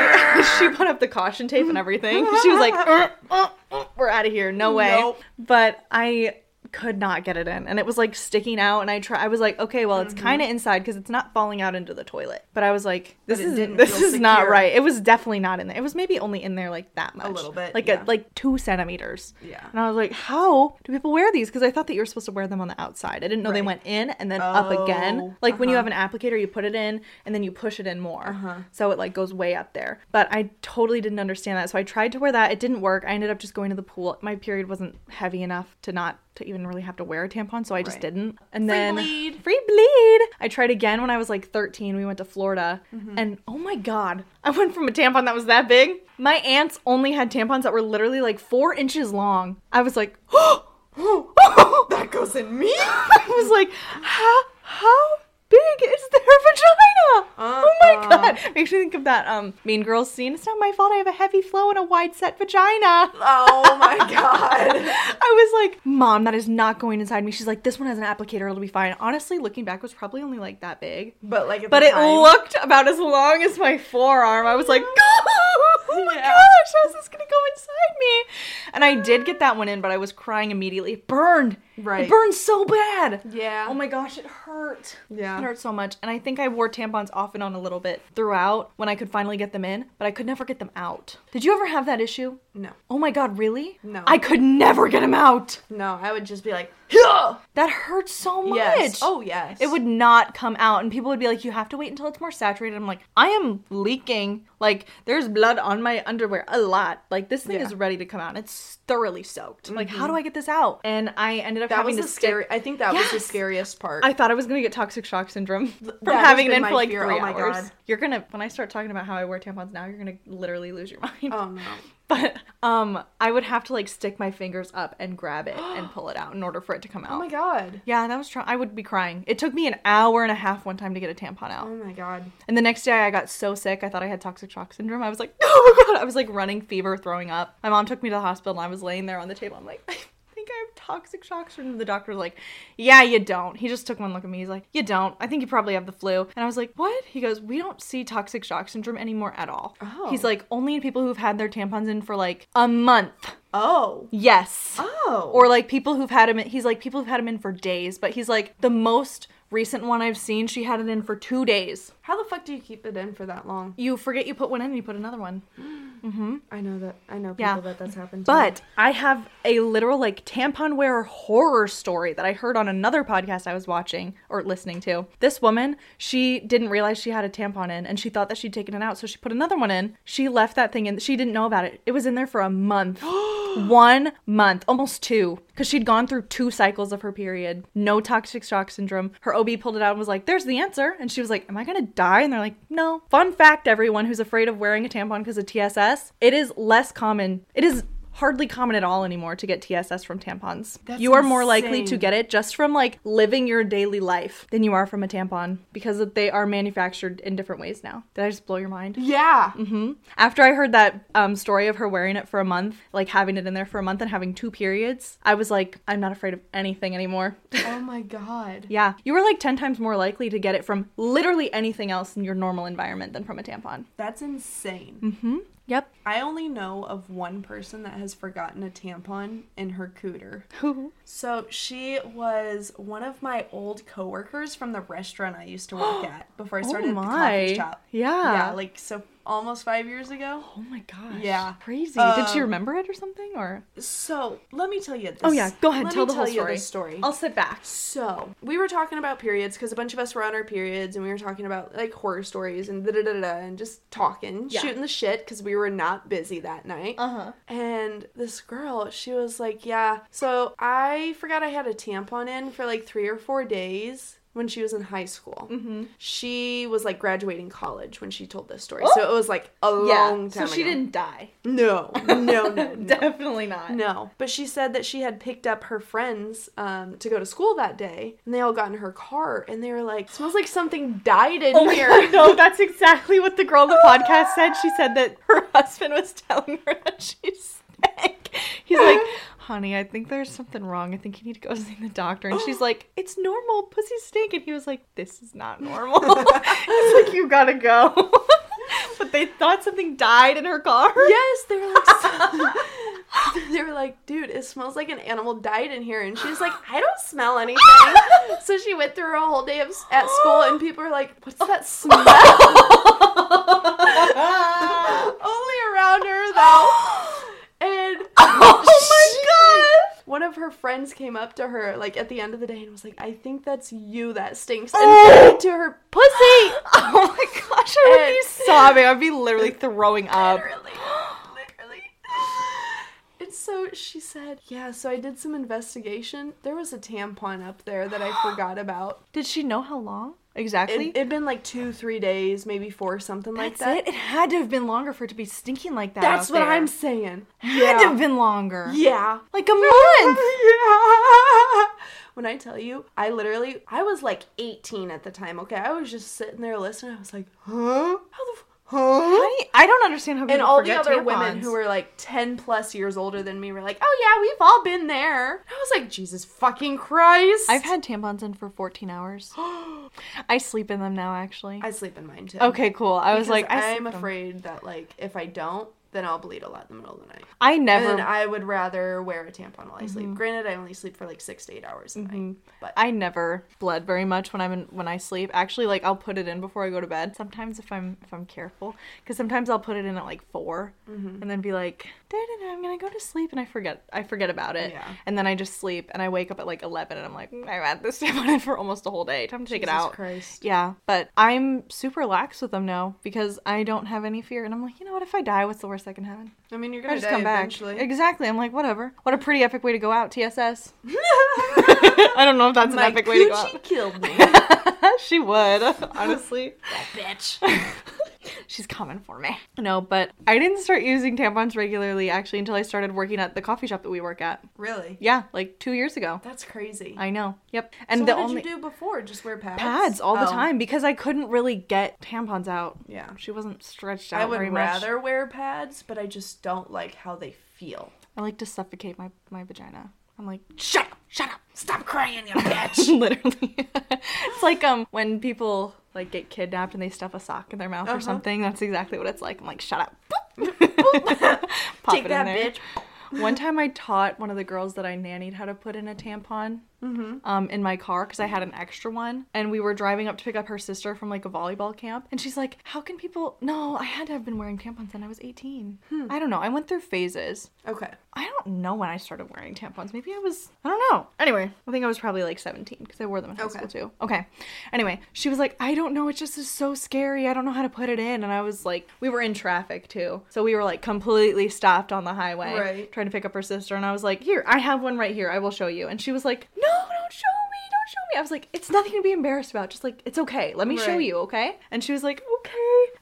C: she put up the caution tape and everything. She was like, "Uh, uh, uh, "We're out of here, no way."
A: Nope.
C: But I could not get it in, and it was like sticking out. And I try, I was like, "Okay, well, it's
A: Mm-hmm.
C: kind of inside because it's not falling out into the toilet." But I was like, "This
A: it
C: is
A: didn't
C: this
A: feel
C: is not
A: secure.
C: right." It was definitely not in there. It was maybe only in there like that much,
A: little bit,
C: like
A: yeah.
C: a, like two centimeters.
A: Yeah.
C: And I was like, "How do people wear these?" Because I thought that you were supposed to wear them on the outside. I didn't know they
A: Right.
C: went in and then up
A: Oh,
C: again. Like when you have an applicator, you put it in and then you push it in more.
A: Uh-huh.
C: So it like goes way up there. But I totally didn't understand that. So I tried to wear that. It didn't work. I ended up just going to the pool. My period wasn't heavy enough to not to even really have to wear a tampon, so I just
A: Right.
C: didn't. And
A: Free
C: then
A: bleed.
C: free bleed. I tried again when I was like 13. We went to Florida
A: Mm-hmm.
C: and oh my god, I went from a tampon that was that big. My aunts only had tampons that were literally like four inches long. I was like, (gasps) oh
A: (laughs) that goes in
C: (laughs)
A: me.
C: I was like, how how big is their (laughs) vagina? oh my god! Makes me think of that um Mean Girls scene. It's not my fault. I have a heavy flow and a wide set vagina.
A: oh my god.
C: like, Mom, that is not going inside me. She's like, This one has an applicator, it'll be fine. Honestly, looking back, it was probably only like that big.
A: But like, at
C: But
A: the
C: it
A: time-
C: looked about as long as my forearm.
A: (laughs)
C: I was like, oh my
A: Yeah.
C: gosh, how's this gonna go inside me? And I did get that one in, but I was crying immediately. It burned.
A: Right.
C: It burned so bad.
A: Yeah.
C: Oh my gosh, it hurt.
A: Yeah.
C: It hurt so much. And I think I wore tampons off and on a little bit throughout when I could finally get them in, but I could never get them out. Did you ever have that issue?
A: No,
C: Oh my god, really?
A: No.
C: I could never get them out.
A: no, I would just be like,
C: That hurts so much.
A: yes, oh yes.
C: It would not come out, and people would be like, "You have to wait until it's more saturated." I'm like, "I am leaking. Like, there's blood on my underwear a lot. Like, this thing
A: Yeah. Mm-hmm.
C: is ready to come out. It's thoroughly soaked. Like, how do I get this out?" And I ended up
A: That was
C: having
A: the
C: to stick-
A: scary. I think that was the
C: Yes.
A: scariest part.
C: I thought I was gonna get toxic shock syndrome (laughs) from
A: has
C: having it
A: been
C: in
A: my
C: for like
A: fear.
C: three
A: Oh my
C: hours.
A: God.
C: You're gonna when I start talking about how I wear tampons now, you're gonna literally lose your (laughs) mind.
A: oh no.
C: But um, I would have to like stick my fingers up and grab
A: (gasps)
C: it and pull it out in order for it to come out.
A: Oh my god.
C: Yeah, that was tr- I would be crying. It took me an hour and a half one time to get a tampon out.
A: Oh my god.
C: And the next day I got so sick, I thought I had toxic shock syndrome. I was like, (laughs) oh my god, I was like running fever, throwing up. My mom took me to the hospital and I was laying there on the table. I'm like, (laughs) I think I have toxic shock syndrome. The doctor was like, yeah, you don't. He just took one look at me. He's like, you don't. I think you probably have the flu. And I was like, what? He goes, we don't see toxic shock syndrome anymore at all.
A: Oh.
C: He's like, only in people who've had their tampons in for like a month.
A: Oh.
C: Yes
A: Oh.
C: or like people who've had him in, he's like people who've had him in for days but he's like the most recent one i've seen she had it in for two days
A: how the fuck do you keep it in for that long?
C: you forget you put one in and you put another one
A: I know that. I know people
C: Yeah.
A: that that's happened. to.
C: but i have a literal like tampon wearer horror story that i heard on another podcast i was watching or listening to this woman she didn't realize she had a tampon in and she thought that she'd taken it out so she put another one in she left that thing in she didn't know about it it was in there for a month
A: (gasps)
C: one month, almost two, because she'd gone through two cycles of her period. No toxic shock syndrome. Her OB pulled it out and was like, "There's the answer." And she was like, "Am I gonna die?" And they're like, "No." Fun fact, everyone who's afraid of wearing a tampon because of TSS, it is less common. It is hardly common at all anymore to get TSS from tampons.
A: That's
C: you are more likely to
A: insane.
C: get it just from like living your daily life than you are from a tampon because they are manufactured in different ways now. Did I just blow your mind? (laughs)
A: yeah.
C: Mm-hmm. After I heard that um, story of her wearing it for a month, like having it in there for a month and having two periods, I was like, I'm not afraid of anything anymore.
A: Oh
C: (laughs)
A: my god.
C: yeah, you were like 10 times more likely to get it from literally anything else in your normal environment than from a tampon.
A: That's insane.
C: Mm-hmm. (laughs) Yep.
A: I only know of one person that has forgotten a tampon in her cooter.
C: Oh
A: so she was one of my old coworkers from the restaurant I used to
C: (gasps)
A: work at before I started at the
C: Oh my.
A: coffee shop.
C: Yeah.
A: Yeah, like so almost five years ago.
C: Oh my gosh.
A: Yeah.
C: Crazy. Did she
A: Um,
C: remember it or something? Or
A: So let me tell you this.
C: oh yeah, go ahead.
A: Let
C: Tell
A: me
C: the whole
A: tell you
C: story.
A: this story.
C: I'll sit back.
A: So we were talking about periods because a bunch of us were on our periods and we were talking about like horror stories and da da da da da and just talking,
C: Yeah.
A: shooting the shit because we were not busy that night. Uh
C: Uh-huh.
A: And this girl, she was like, "Yeah, so I forgot I had a tampon in for like three or four days." When she was in high school, mm-hmm. she was like graduating college when she told this story. So it was like a long
C: Oh. So
A: time.
C: she
A: ago.
C: didn't die.
A: No,
C: (laughs)
A: no, no, no.
C: Definitely not.
A: No, but she said that she had picked up her friends um, to go to school that day, and they all got in her car, and they were like, "Smells like something died in
C: Oh my
A: here."
C: God, no, that's exactly what the girl on the podcast said. She said that her (laughs) husband was telling her that she's sick. He's like, honey, I think there's something wrong. I think you need to go (laughs) see the doctor. And she's like, it's normal. Pussy stink. And he was like, this is not normal. (laughs) He's like, you gotta go. (laughs) but they thought something died in her car.
A: (laughs)
C: (laughs)
A: Yes, they were like, (laughs) they were like, "Dude, it smells like an animal died in here," and she's like, "I don't smell anything." so she went through a whole day of, at school, and people were like, "What's that smell?" Only around her (gasps) though, and.
C: oh my god.
A: One of her friends came up to her, like at the end of the day, and was like, "I think that's you that stinks," and pointed to her pussy.
C: (laughs) Oh my gosh, I would be
A: And-
C: sobbing. I'd be literally throwing up.
A: Literally, (gasps) literally. And so she said, "Yeah, so I did some investigation. There was a tampon up there
C: (gasps)
A: that I forgot about.
C: (laughs) Did she know how long? Exactly.
A: It, it'd been like two, three days, maybe four, something like
C: That's
A: that.
C: it. It had to have been longer for it to be stinking like that.
A: That's
C: out
A: what
C: there.
A: I'm saying.
C: Had to have been longer. (laughs)
A: yeah."
C: Like a month.
A: Yeah. (laughs) When I tell you, I literally, I was like 18 at the time, okay? I was just sitting there listening. I was like, huh? How the f- huh?
C: I, I don't understand how
A: (laughs)
C: people
A: And all the
C: forget
A: other women
C: tampons.
A: who were like 10 plus years older than me were like, oh yeah, we've all been there. And I was like, Jesus fucking Christ.
C: I've had tampons in for
A: (gasps)
C: 14 hours. I sleep in them now, actually.
A: I sleep in mine too.
C: okay, cool. I was
A: Because
C: like, I
A: I'm
C: sleep in-
A: afraid that like if I don't, then I'll bleed a lot in the middle of the night.
C: I never.
A: And I would rather wear a tampon while I
C: Mm-hmm.
A: sleep. Granted, I only sleep for like six to eight hours a night, but
C: I never bled very much when I'm in, when I sleep. Actually, like I'll put it in before I go to bed. Sometimes if I'm if I'm careful, because sometimes I'll put it in at like 4
A: Mm-hmm.
C: and then be like, da, da, da, I'm gonna go to sleep, and I forget I forget about it,
A: Yeah.
C: and then I just sleep, and I wake up at like eleven, and I'm like, "Mm, I've had this tampon in for almost a whole day. Time to take it
A: Jesus
C: out.
A: Christ.
C: Yeah, but I'm super lax with them now because I don't have any fear, and I'm like, you know what? If I die, what's the worst that can happen?
A: I mean, you're
C: I
A: gonna
C: just
A: die
C: come back.
A: eventually.
C: Exactly. I'm like, whatever. What a pretty epic way to go
A: (laughs)
C: out, TSS. I don't know if that's an
A: My
C: epic way to go
A: coochie killed
C: (laughs)
A: me,
C: out.
A: (laughs)
C: she would, honestly.
A: bitch.
C: (laughs) She's coming for me. No, but I didn't start using tampons regularly actually until I started working at the coffee shop that we work at.
A: Really?
C: Yeah, like two years ago.
A: That's crazy.
C: I know. Yep. And
A: so
C: the
A: what
C: only
A: did you do before? Just wear pads?
C: pads all the
A: Oh.
C: time because I couldn't really get tampons out.
A: Yeah.
C: She wasn't stretched out
A: I would
C: very much.
A: rather wear pads, but I just don't like how they feel.
C: I like to suffocate my, my vagina. I'm like,
A: Shut up! Shut up! Stop crying, you (laughs) bitch!
C: (laughs) literally it's like um when people like get kidnapped and they stuff a sock in their mouth
A: Uh-huh.
C: or something that's exactly what it's like i'm like
A: (laughs)
C: shut up (laughs) Boop. Pop
A: Take that, bitch.
C: one time i taught one of the girls that i nannied how to put in a tampon
A: Mm-hmm.
C: um, in my car because i had an extra one and we were driving up to pick up her sister from like a volleyball camp and she's like how can people no i had to have been wearing tampons and i was 18
A: Hmm.
C: i don't know i went through phases
A: Okay.
C: I don't know when I started wearing tampons. Maybe I was, I don't know. Anyway, I think I was probably like 17 because I wore them in high
A: Okay.
C: school too. Okay. Anyway, she was like, I don't know. It just is so scary. I don't know how to put it in. And I was like, we were in traffic too. So we were like completely stopped on the highway
A: Right.
C: trying to pick up her sister. And I was like, here, I have one right here. I will show you. And she was like, no, don't show me. Don't show me. I was like, it's nothing to be embarrassed about. Just like, it's okay. Let me show
A: Right.
C: you okay? And she was like, okay.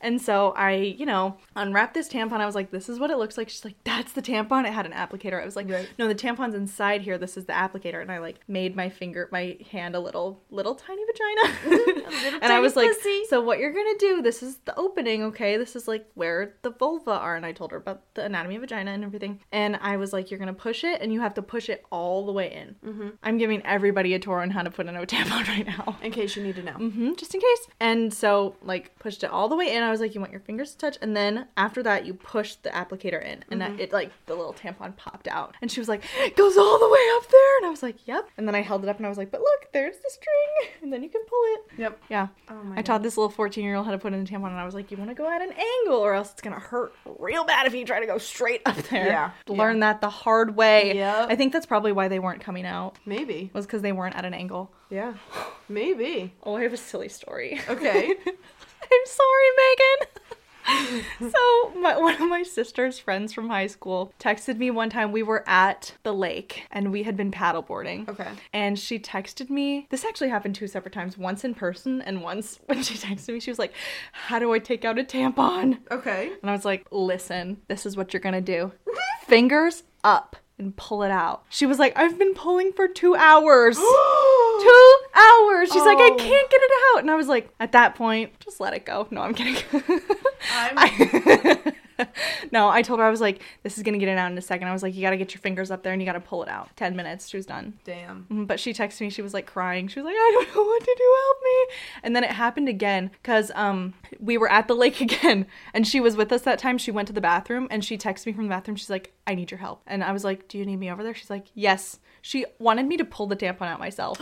C: And so I, you know, unwrapped this tampon. I was like, this is what it looks like. She's like, that's the tampon. It had an applicator. I was like,
A: Right.
C: no, the tampon's inside here. This is the applicator. And I like made my finger, my hand a little, little tiny vagina.
A: (laughs)
C: and I
A: tiny
C: was like,
A: pussy.
C: so what you're gonna do, this is the opening, okay? This is like where the vulva are. And I told her about the anatomy of vagina and everything. And I was like, you're gonna push it and you have to push it all the way in. I'm giving everybody a tour (laughs) on how to put in a tampon right now
A: In case you need to know.
C: hmm just in case. And so, like, pushed it all the way in. I was like, you want your fingers to touch. And then after that, you push the applicator in. And that it, like, the little tampon popped out. And she was like, it goes all the way up there. And I was like, yep. And then I held it up and I was like, but look, there's the string. (laughs) And then you can pull it.
A: Yep.
C: Yeah.
A: Oh my
C: I taught this little 14 year old how to put in a tampon. And I was like, you want to go at an angle or else it's going to hurt real bad if you try to go straight up there.
A: Yeah.
C: Learn that the hard way.
A: Yep.
C: I think that's probably why they weren't coming out,
A: Maybe.
C: was because they weren't at an angle. (sighs)
A: Yeah. Maybe.
C: Oh, I have a silly story.
A: Okay.
C: I'm sorry, Megan. (laughs) so, my, one of my sister's friends from high school texted me one time. We were at the lake and we had been paddleboarding.
A: Okay.
C: And she texted me. This actually happened two separate times once in person and once (laughs) when she texted me, she was like, How do I take out a tampon? (gasps)
A: Okay.
C: And I was like, listen, this is what you're gonna do. Fingers up and pull it out. She was like, I've been pulling for two hours. (laughs) two hours. She's like, I
A: Oh.
C: can't get it out. And I was like, at that point, just let it go. No, I'm kidding. (laughs)
A: I'm-
C: I- no, I told her, I was like, this is gonna get it out in a second. I was like, you gotta get your fingers up there and you gotta pull it out. 10 minutes, she was done. (gasps)
A: Damn.
C: Mm, But she texted me. She was like crying. She was like, "I don't know what to do. Help me!" And then it happened again because um we were at the lake (laughs) again, and she was with us that time. She went to the bathroom and she texted me from the bathroom. She's like, "I need your help," and I was like, "Do you need me over there?" She's like, "Yes." She wanted me to pull the tampon out myself.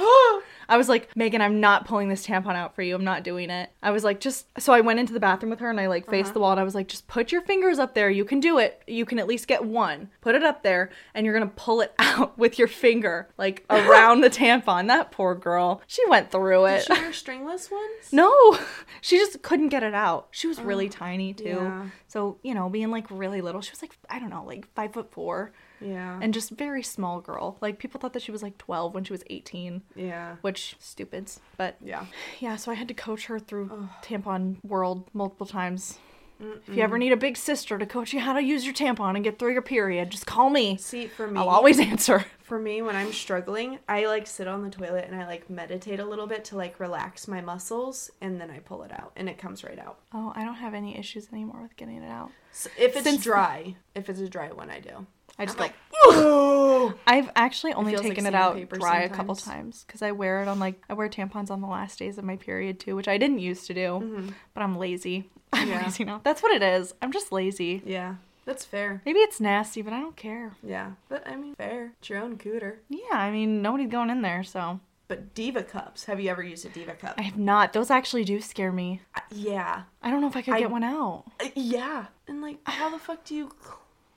C: I was like, Megan, I'm not pulling this tampon out for you. I'm not doing it. I was like, just so I went into the bathroom with her and I like faced
A: Uh-huh.
C: the wall and I was like, just put your fingers up there. You can do it. You can at least get one. Put it up there and you're gonna pull it (laughs) out with your finger,
A: (laughs)
C: like around the tampon. That poor girl. She went through it.
A: Did she wear stringless ones?
C: (laughs) No, she just couldn't get it out. She was really tiny too.
A: Oh, yeah.
C: So, you know, being like really little, she was like, I don't know, like five foot four
A: Yeah.
C: and just very small girl. Like people thought that she was like 12 when she was 18
A: yeah.
C: which stupids but
A: Yeah.
C: yeah so i had to coach her through tampon world multiple times If you ever need a big sister to coach you how to use your tampon and get through your period, just call me.
A: See, for me,
C: I'll always answer.
A: for me when I'm struggling, I like sit on the toilet and I like meditate a little bit to like relax my muscles, and then I pull it out, and it comes right out.
C: Oh, I don't have any issues anymore with getting it out.
A: So if it's dry, if it's a dry one, I do.
C: I just
A: I'm
C: (gasps) like, (gasps)
A: oh,
C: I've actually only
A: feels like
C: taken it out
A: sandpaper
C: dry a couple
A: sometimes.
C: times because I wear it on like I wear tampons on the last days of my period too, which I didn't used to do, but I'm lazy. (laughs) I'm
A: Yeah.
C: lazy now. That's what it is. I'm just lazy.
A: yeah, that's fair.
C: Maybe it's nasty, but I don't care.
A: Yeah, but I mean, fair. It's your own cooter.
C: Yeah, I mean nobody's going in there, so
A: But diva cups. Have you ever used a diva cup?
C: I have not. Those actually do scare me.
A: I- yeah,
C: I don't know if I could
A: I-
C: get one out.
A: Uh, yeah. And like, how the fuck do you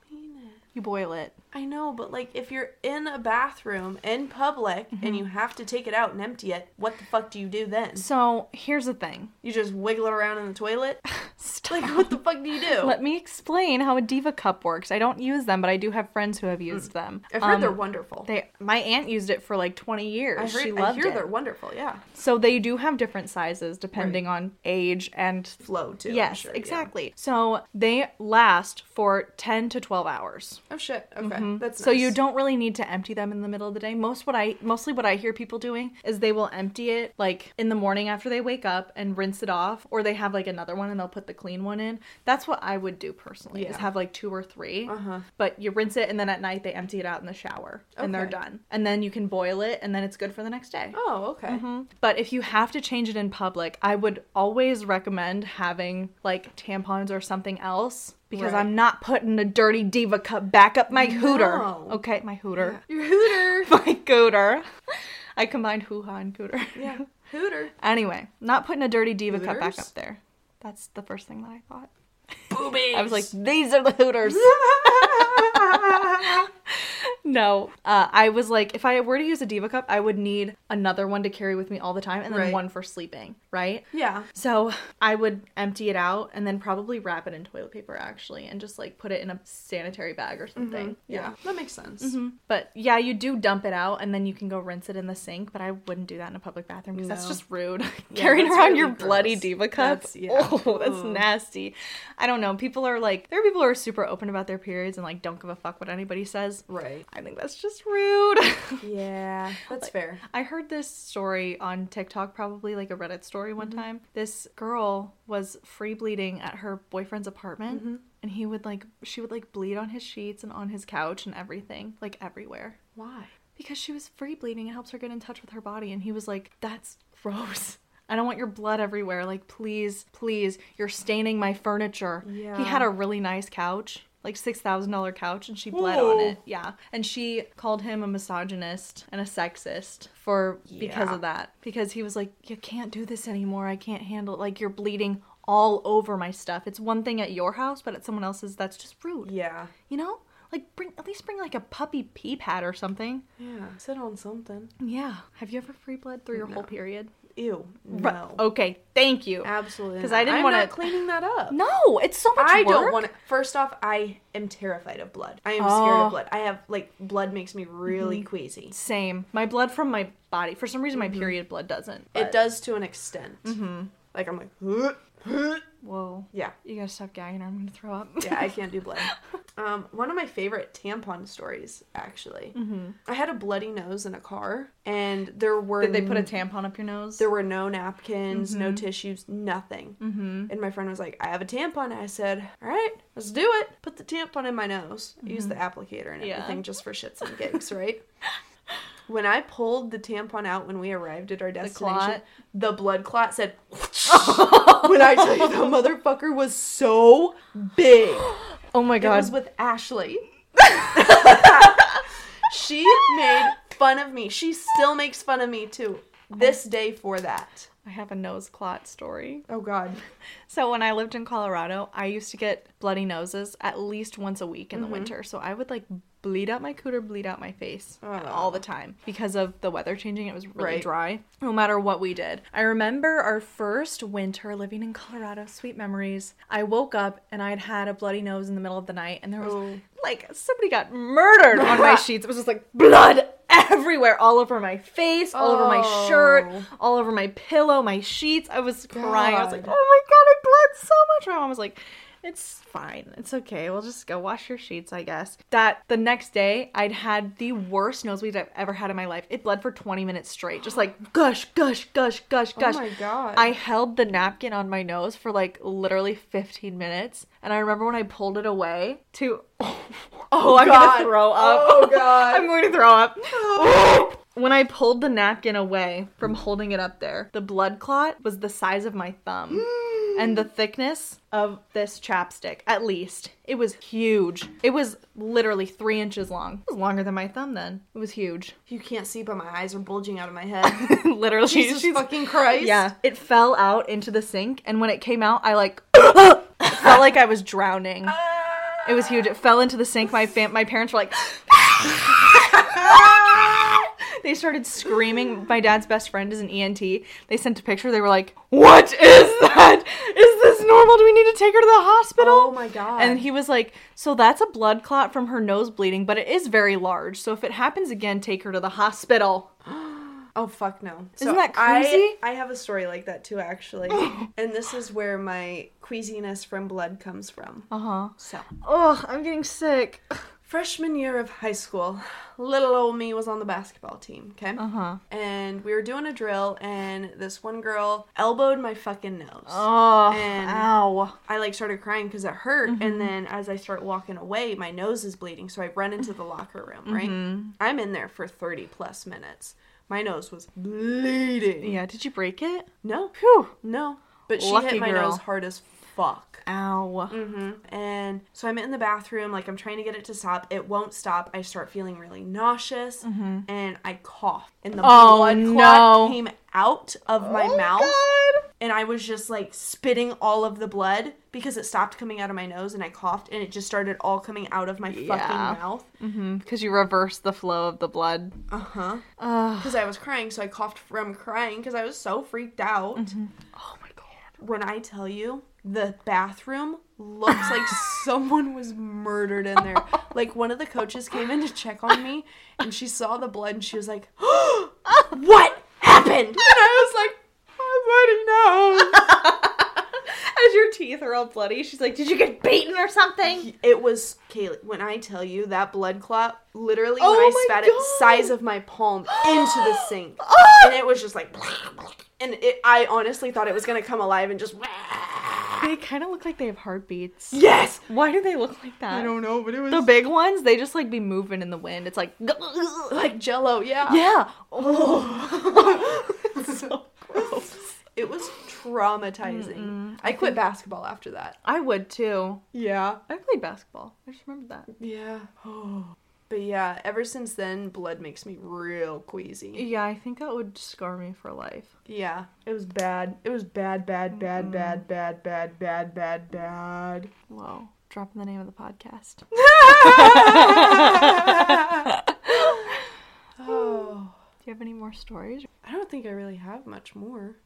A: clean it?
C: You boil it.
A: I know, but like if you're in a bathroom in public
C: Mm-hmm.
A: and you have to take it out and empty it, what the fuck do you do then?
C: So here's the thing.
A: You just wiggle it around in the
C: (laughs)
A: toilet?
C: Stop.
A: Like what the fuck do you do?
C: Let me explain how a diva cup works. I don't use them, but I do have friends who have used them.
A: Mm. I've heard
C: Um,
A: they're wonderful.
C: They, my aunt used it for like 20 years.
A: I, heard,
C: she
A: I
C: loved
A: hear
C: it.
A: they're wonderful, yeah.
C: So they do have different sizes depending on age and
A: Flow too. I'm
C: yes,
A: sure, yeah.
C: exactly. So they last for 10 to 12 hours.
A: Oh shit. Okay. That's
C: Mm-hmm. So you
A: nice.
C: don't really need to empty them in the middle of the day. Most what I mostly what I hear people doing is they will empty it like in the morning after they wake up and rinse it off or they have like another one and they'll put the clean one in. That's what I would do personally. Is
A: Yeah. Uh-huh.
C: have like two or 3. But you rinse it and then at night they empty it out in the shower and they're
A: Okay.
C: done. And then you can boil it and then it's good for the next day.
A: Oh, okay.
C: Mm-hmm. But if you have to change it in public, I would always recommend having like tampons or something else because
A: Right.
C: I'm not putting a dirty diva cup back up my hooter.
A: No.
C: Okay, my hooter.
A: Your hooter.
C: (laughs) My gooter. I combined hoo ha and gooter. (laughs)
A: yeah. Hooter.
C: Anyway, not putting a dirty diva cup back
A: Hooters?
C: up there. That's the first thing that I thought.
A: Boobies.
C: I was like, these are
A: (laughs)
C: the hooters. no, uh, I was like, if I were to use a diva cup, I would need another one to carry with me all the time, and then
A: Right.
C: one for sleeping, right?
A: Yeah.
C: So I would empty it out and then probably wrap it in toilet paper actually and just like put it in a sanitary bag or something.
A: Mm-hmm. Yeah. That makes sense.
C: Mm-hmm. But yeah, you do dump it out and then you can go rinse it in the sink, but I wouldn't do that in a public bathroom because that's
A: No.
C: just rude. (laughs) Carrying
A: that's
C: around
A: really
C: your bloody
A: gross.
C: diva cup.
A: That's- yeah.
C: (laughs) Oh, that's
A: Ooh.
C: nasty. I don't know. People are like there are people who are super open about their periods and like don't give a fuck what anybody says.
A: Right.
C: I think that's just rude. (laughs)
A: Yeah. That's fair.
C: I heard this story on TikTok, probably like a Reddit story one
A: Mm-hmm.
C: time. This girl was free bleeding at her boyfriend's apartment,
A: Mm-hmm.
C: and he would like, she would like bleed on his sheets and on his couch and everything, like everywhere.
A: Why?
C: Because she was free bleeding, it helps her get in touch with her body. And he was like, that's gross. I don't want your blood everywhere. Like, please, please, you're staining my furniture.
A: Yeah.
C: He had a really nice couch, like $6,000 couch, and she bled on
A: Whoa.
C: it. Yeah. And she called him a misogynist and a sexist for because
A: Yeah.
C: of that. Because he was like, You can't do this anymore. I can't handle it. Like you're bleeding all over my stuff. It's one thing at your house, but at someone else's that's just rude.
A: Yeah.
C: You know? Like bring at least bring like a puppy pee pad or something.
A: Yeah. Sit on something.
C: Yeah. Have you ever free bled through your whole period?
A: Ew. No.
C: Right. Okay, thank you.
A: Absolutely.
C: 'Cause
A: not.
C: I didn't
A: I'm
C: wanna-
A: not cleaning that up.
C: No, it's so much
A: I don't
C: work.
A: want to. First off, I am terrified of blood. I am scared
C: Oh. Mm-hmm.
A: of blood. I have like blood makes me really queasy.
C: Same. My blood from my body. For some reason, my period blood doesn't.
A: Mm-hmm. It
C: but-
A: does to an extent. Mm-hmm. Like I'm like, "Huh, huh."
C: Whoa.
A: yeah,
C: You gotta stop gagging or I'm gonna throw up.
A: yeah. I can't do blood. Um, one of my favorite tampon stories, actually. Mm-hmm. I had a bloody nose in a car, and there were
C: (laughs) Did they put a tampon up your nose?
A: Mm. There were no napkins,
C: Mm-hmm.
A: no tissues, nothing. Mm-hmm. And my friend was like, I have a tampon. I said, All right, let's do it. Put the tampon in my nose. Use the applicator and
C: Mm-hmm. Yeah.
A: everything just for shits and
C: (laughs)
A: gigs, right? When I pulled the tampon out when we arrived at our destination,
C: clot?
A: the, blood clot
C: (laughs)
A: said, (laughs) When I tell you, the motherfucker was so big.
C: (laughs) oh my
A: It
C: god.
A: was with Ashley. (laughs) she made fun of me. She still makes fun of me to this day for that.
C: I have a nose clot story.
A: Oh God.
C: So when I lived in Colorado, I used to get bloody noses at least once a week in
A: Mm-hmm.
C: the winter. So I would like bleed out my cooter, bleed out my face all the time because of the weather changing. It was really
A: Oh. Right.
C: dry, no matter what we did. I remember our first winter living in Colorado, sweet memories. I woke up and I'd had a bloody nose in the middle of the night, and there was
A: Oh.
C: like somebody got murdered
A: (laughs)
C: on my sheets. It was just like blood (laughs) everywhere, all over my face, all over my
A: Oh.
C: shirt, all over my pillow, my sheets. I was crying. I was like,
A: God.
C: oh my god, I bled so much. My mom was like, it's fine. It's okay. We'll just go wash your sheets, I guess. That the next day, I'd had the worst nosebleeds I've ever had in my life. It bled for 20 minutes straight, just like gush, gush, gush, gush,
A: Oh
C: gush.
A: my God.
C: I held the napkin on my nose for like literally 15 minutes, and I remember when I pulled it away to, (laughs) oh, I'm
A: God.
C: gonna throw up.
A: Oh, God.
C: I'm going to throw up. (gasps) When I pulled the napkin away from holding it up there, the blood clot was the size of my thumb and the thickness of this chapstick, at least. It was huge. It was literally three inches long. It was longer than my thumb then. It was huge.
A: You can't see, but my eyes are bulging out of my (laughs) head.
C: (laughs) literally.
A: Jesus
C: she's-
A: fucking Christ.
C: yeah. It fell out into the sink, and when it came out, I like (coughs) felt like I was drowning. It was huge. It fell into the sink. My fam- my parents were like, (laughs) they started screaming. My dad's best friend is an ENT. They sent a picture. They were like, "What is that? Is this normal? Do we need to take her to the hospital?"
A: Oh my God.
C: And he was like, "So that's a blood clot from her nose bleeding, but it is very large. So if it happens again, take her to the hospital."
A: Oh fuck no!
C: Isn't that crazy?
A: I, I have a story like that too, (gasps) actually, and this is where my queasiness from blood comes from.
C: Uh huh.
A: So,
C: Oh, I'm getting sick.
A: freshman year of high school, little old me was on the basketball team. Okay,
C: Uh huh.
A: and we were doing a drill, and this one girl elbowed my fucking nose.
C: Oh,
A: And-
C: ow.
A: I like started crying because it hurt,
C: Mm-hmm.
A: and then as I start walking away, my nose is bleeding, so I run into the locker room. Right,
C: Mm-hmm.
A: I'm in there for thirty plus minutes. My nose was bleeding.
C: Yeah, did you break it?
A: No,
C: Phew.
A: No. But she
C: Lucky
A: hit my
C: girl. Mm-hmm.
A: nose hard as fuck.
C: Ow.
A: And so I'm in the bathroom, like I'm trying to get it to stop. It won't stop. I start feeling really nauseous and I cough. And the
C: Mm-hmm. Oh,
A: blood
C: no. Oh
A: clot came out of my mouth.
C: God.
A: And I was just like spitting all of the blood because it stopped coming out of my nose and I coughed and it just started all coming out of my
C: Yeah.
A: fucking mouth.
C: Because Mm, you reversed the flow of the blood.
A: Uh huh.
C: Ugh.
A: Because I was crying, so I coughed from crying because I was so freaked out.
C: Oh my god.
A: When I tell you the bathroom looks like someone was murdered in there. Like one of the coaches came in to check on me and she saw the blood and she was like, (gasps) "What happened?" And I was like, "My bloody nose."
C: (laughs) As your teeth are all bloody, she's like, Did you get beaten or something?
A: It was Kaylee. When I tell you that blood clot, literally
C: Oh
A: when I
C: my
A: spat
C: God. Ah!
A: it size of my palm into
C: (gasps)
A: the sink. And it was just like and it, I honestly thought it was going to come alive
C: (laughs)
A: and just
C: They kind of look like they have heartbeats.
A: Yes.
C: Why do they look like that?
A: know, but it was
C: The big ones, they just like be moving in the wind. It's like, (laughs)
A: like jello yeah
C: yeah. Oh. (laughs)
A: (laughs)
C: so gross.
A: it was traumatizing i quit basketball after that
C: I would too.
A: yeah
C: I played basketball. I just remembered that.
A: yeah (gasps) but yeah ever since then blood makes me real queasy
C: Yeah, I think that would scar me for life.
A: yeah it was bad it was bad bad bad bad bad bad bad bad (laughs) bad
C: Whoa. Dropping the name of the podcast.
A: oh
C: Do you have any more stories?
A: i don't think i really have much more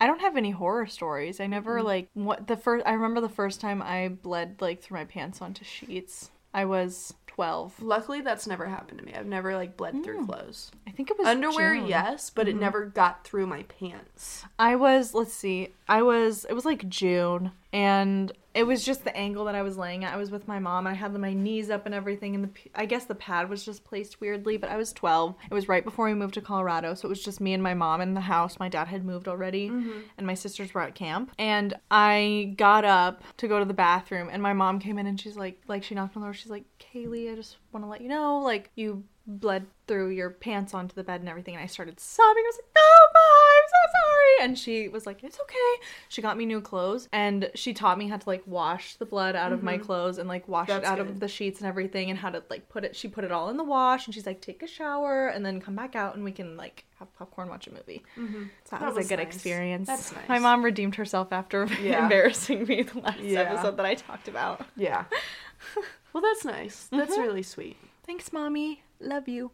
C: I don't have any horror stories. I never like what the first I remember the first time I bled like through my pants onto sheets. I was 12.
A: luckily that's never happened to me i've never like bled through clothes
C: I think it was
A: underwear
C: June.
A: yes but it never got through my pants
C: I was let's see. I was it was like June and it was just the angle that I was laying at. I was with my mom. I had my knees up and everything and the p- I guess the pad was just placed weirdly, but I was 12. It was right before we moved to Colorado, so it was just me and my mom in the house. My dad had moved already and my sisters were at camp. And I got up to go to the bathroom and my mom came in and she's like like she knocked on the door. She's like, "Kaylee, I just want to let you know like you bled through your pants onto the bed and everything and I started sobbing. I was like, No, Mom, I'm so sorry. And she was like, It's okay. She got me new clothes and she taught me how to like wash the blood out of my clothes and like wash
A: Mm-hmm. That's
C: it out
A: good.
C: of the sheets and everything and how to like put it she put it all in the wash and she's like, Take a shower and then come back out and we can like have popcorn, watch a movie. So that,
A: Mm-hmm. That
C: was,
A: was
C: a good
A: nice.
C: experience.
A: That's nice.
C: My mom redeemed herself after (laughs)
A: Yeah.
C: embarrassing me the last
A: Yeah.
C: episode that I talked about.
A: Yeah. (laughs) Mm-hmm. well, that's nice. That's really sweet.
C: Thanks, Mommy. Love
A: (laughs)
C: you.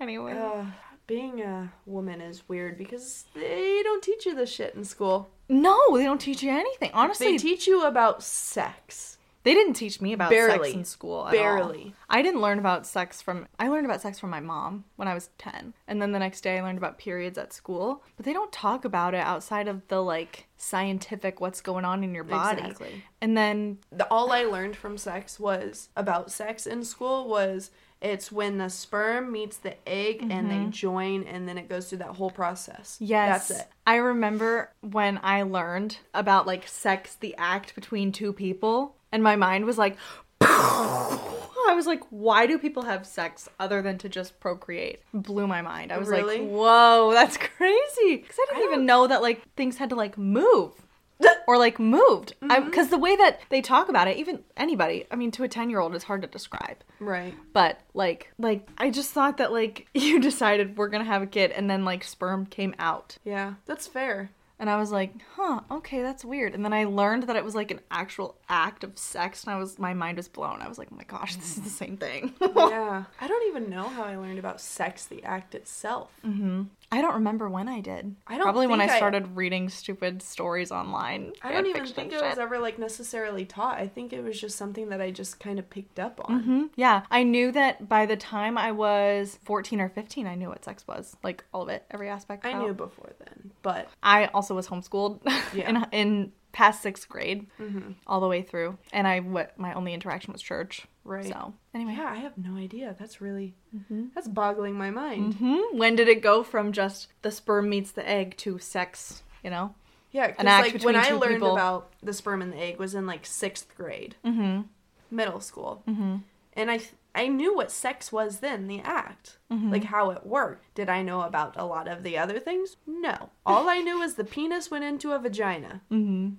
C: anyway.
A: Uh, being a woman is weird because they don't teach you this shit in school.
C: No, they don't teach you anything. Honestly,
A: They teach you about sex.
C: They didn't teach me about
A: Barely.
C: sex in school. At
A: Barely.
C: all. I didn't learn about sex from. I learned about sex from my mom when I was ten, and then the next day I learned about periods at school. But they don't talk about it outside of the like scientific what's going on in your body.
A: Exactly.
C: And then
A: The, all I learned from sex was about sex in school was it's when the sperm meets the egg and they join and then it goes through that whole process.
C: Yes.
A: That's it.
C: I remember when I learned about like sex, the act between two people, and my mind was like, (laughs) I was like, why do people have sex other than to just procreate? Blew my mind. I was
A: Really?
C: like, whoa, that's (laughs) crazy. Because I didn't even know that like things had to
A: (laughs)
C: like move. Or like moved,
A: Mm-hmm.
C: because the way that they talk about it, even anybody, I mean, to a ten-year-old, it's hard to describe
A: Right.
C: but like like i just thought that like (laughs) you decided we're gonna have a kid and then like sperm came out
A: Yeah. That's fair.
C: and i was like huh okay that's weird and then i learned that it was like an actual act of sex and i was my mind was blown i was like oh my gosh this is the same thing (laughs)
A: yeah. I don't even know how I learned about sex, the act itself.
C: i don't remember when i did
A: I don't
C: probably when
A: think
C: i
A: I-
C: started reading stupid stories online
A: I don't
C: fan
A: even
C: fiction
A: think
C: and
A: it was
C: shit.
A: ever like necessarily taught. I think it was just something that I just kind of picked up on.
C: Mhm. Yeah, I knew that by the time I was 14 or 15, I knew what sex was. Like all of it, every aspect.
A: I
C: about-
A: knew before then, but
C: I also was homeschooled (laughs)
A: Yeah. Mm-hmm.
C: in, in past sixth grade all the way through, and I what my only interaction was church.
A: Right.
C: So anyway,
A: yeah, I have no idea. That's really that's boggling my mind.
C: Hmm, when did it go from just the sperm meets the egg to sex? You know,
A: Yeah, because
C: An act
A: like
C: between
A: when I
C: two
A: learned
C: people.
A: about the sperm and the egg was in like sixth grade, mm-hmm. middle school, mm-hmm. and I th- I knew what sex was then, the act,
C: Mm-hmm.
A: like how it worked. Did I know about a lot of the other things? No. All I knew was the penis went into a vagina.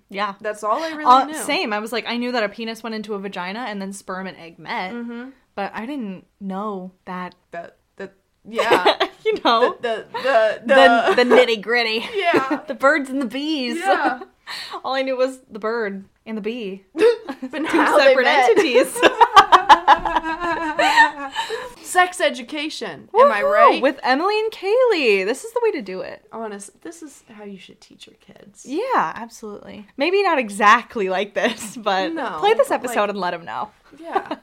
C: yeah.
A: That's all I really
C: Mm. Uh,
A: knew.
C: same. I was like, I knew that a penis went into a vagina and then sperm and egg met,
A: Mm-hmm.
C: but I didn't know
A: (laughs)
C: that.
A: That that
C: (laughs)
A: yeah.
C: You know,
A: the the the, (laughs)
C: the the nitty gritty.
A: yeah
C: (laughs) The birds and the bees.
A: yeah.
C: (laughs) All I knew was the bird and the
A: (laughs)
C: bee.
A: But
C: Two
A: now they
C: separate
A: met. (laughs)
C: entities.
A: Sex education. Am I
C: Woohoo!
A: right?
C: With Emily and Kaylee. This is the way to do it.
A: Honest, this is how you should teach your kids.
C: Yeah, absolutely. Maybe not exactly like this, (laughs) but
A: No,
C: play this
A: but,
C: episode
A: like-
C: and let them know. (laughs)
A: Yeah.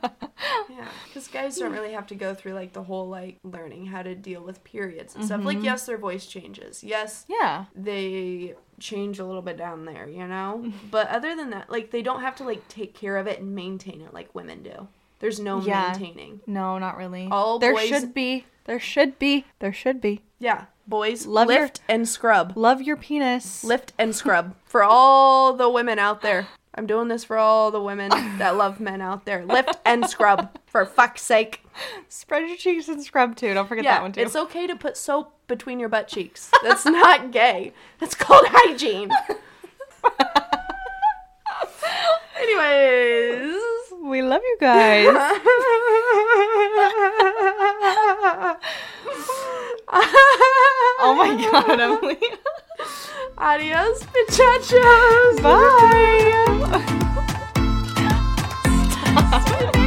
A: Yeah. Because guys don't really have to go through like the whole like learning how to deal with periods and stuff.
C: Mm-hmm.
A: Like, yes, their voice changes. Yes,
C: Yeah.
A: they change a little bit down there, you
C: (laughs)
A: know? But other than that, like, they don't have to like take care of it and maintain it like women do. There's no
C: Yeah.
A: maintaining.
C: No, not really.
A: All
C: there
A: boys-
C: should be. There should be. There should be.
A: Yeah. Boys,
C: Love your-
A: lift and scrub.
C: (laughs) Love your penis.
A: Lift and scrub for all the women out there. I'm doing this for all the
C: (laughs)
A: women that love men out there. Lift and scrub for fuck's sake.
C: Spread your cheeks and scrub too. Don't forget that
A: Yeah,
C: one too.
A: it's okay to put soap between your butt cheeks. That's
C: (laughs)
A: not gay. That's called hygiene. (laughs) Anyways,
C: we love you guys. (laughs)
A: (laughs)
C: oh my
A: (laughs)
C: god, Emily.
A: adios,
C: (laughs)
A: muchachos.
C: Bye.
A: Bye.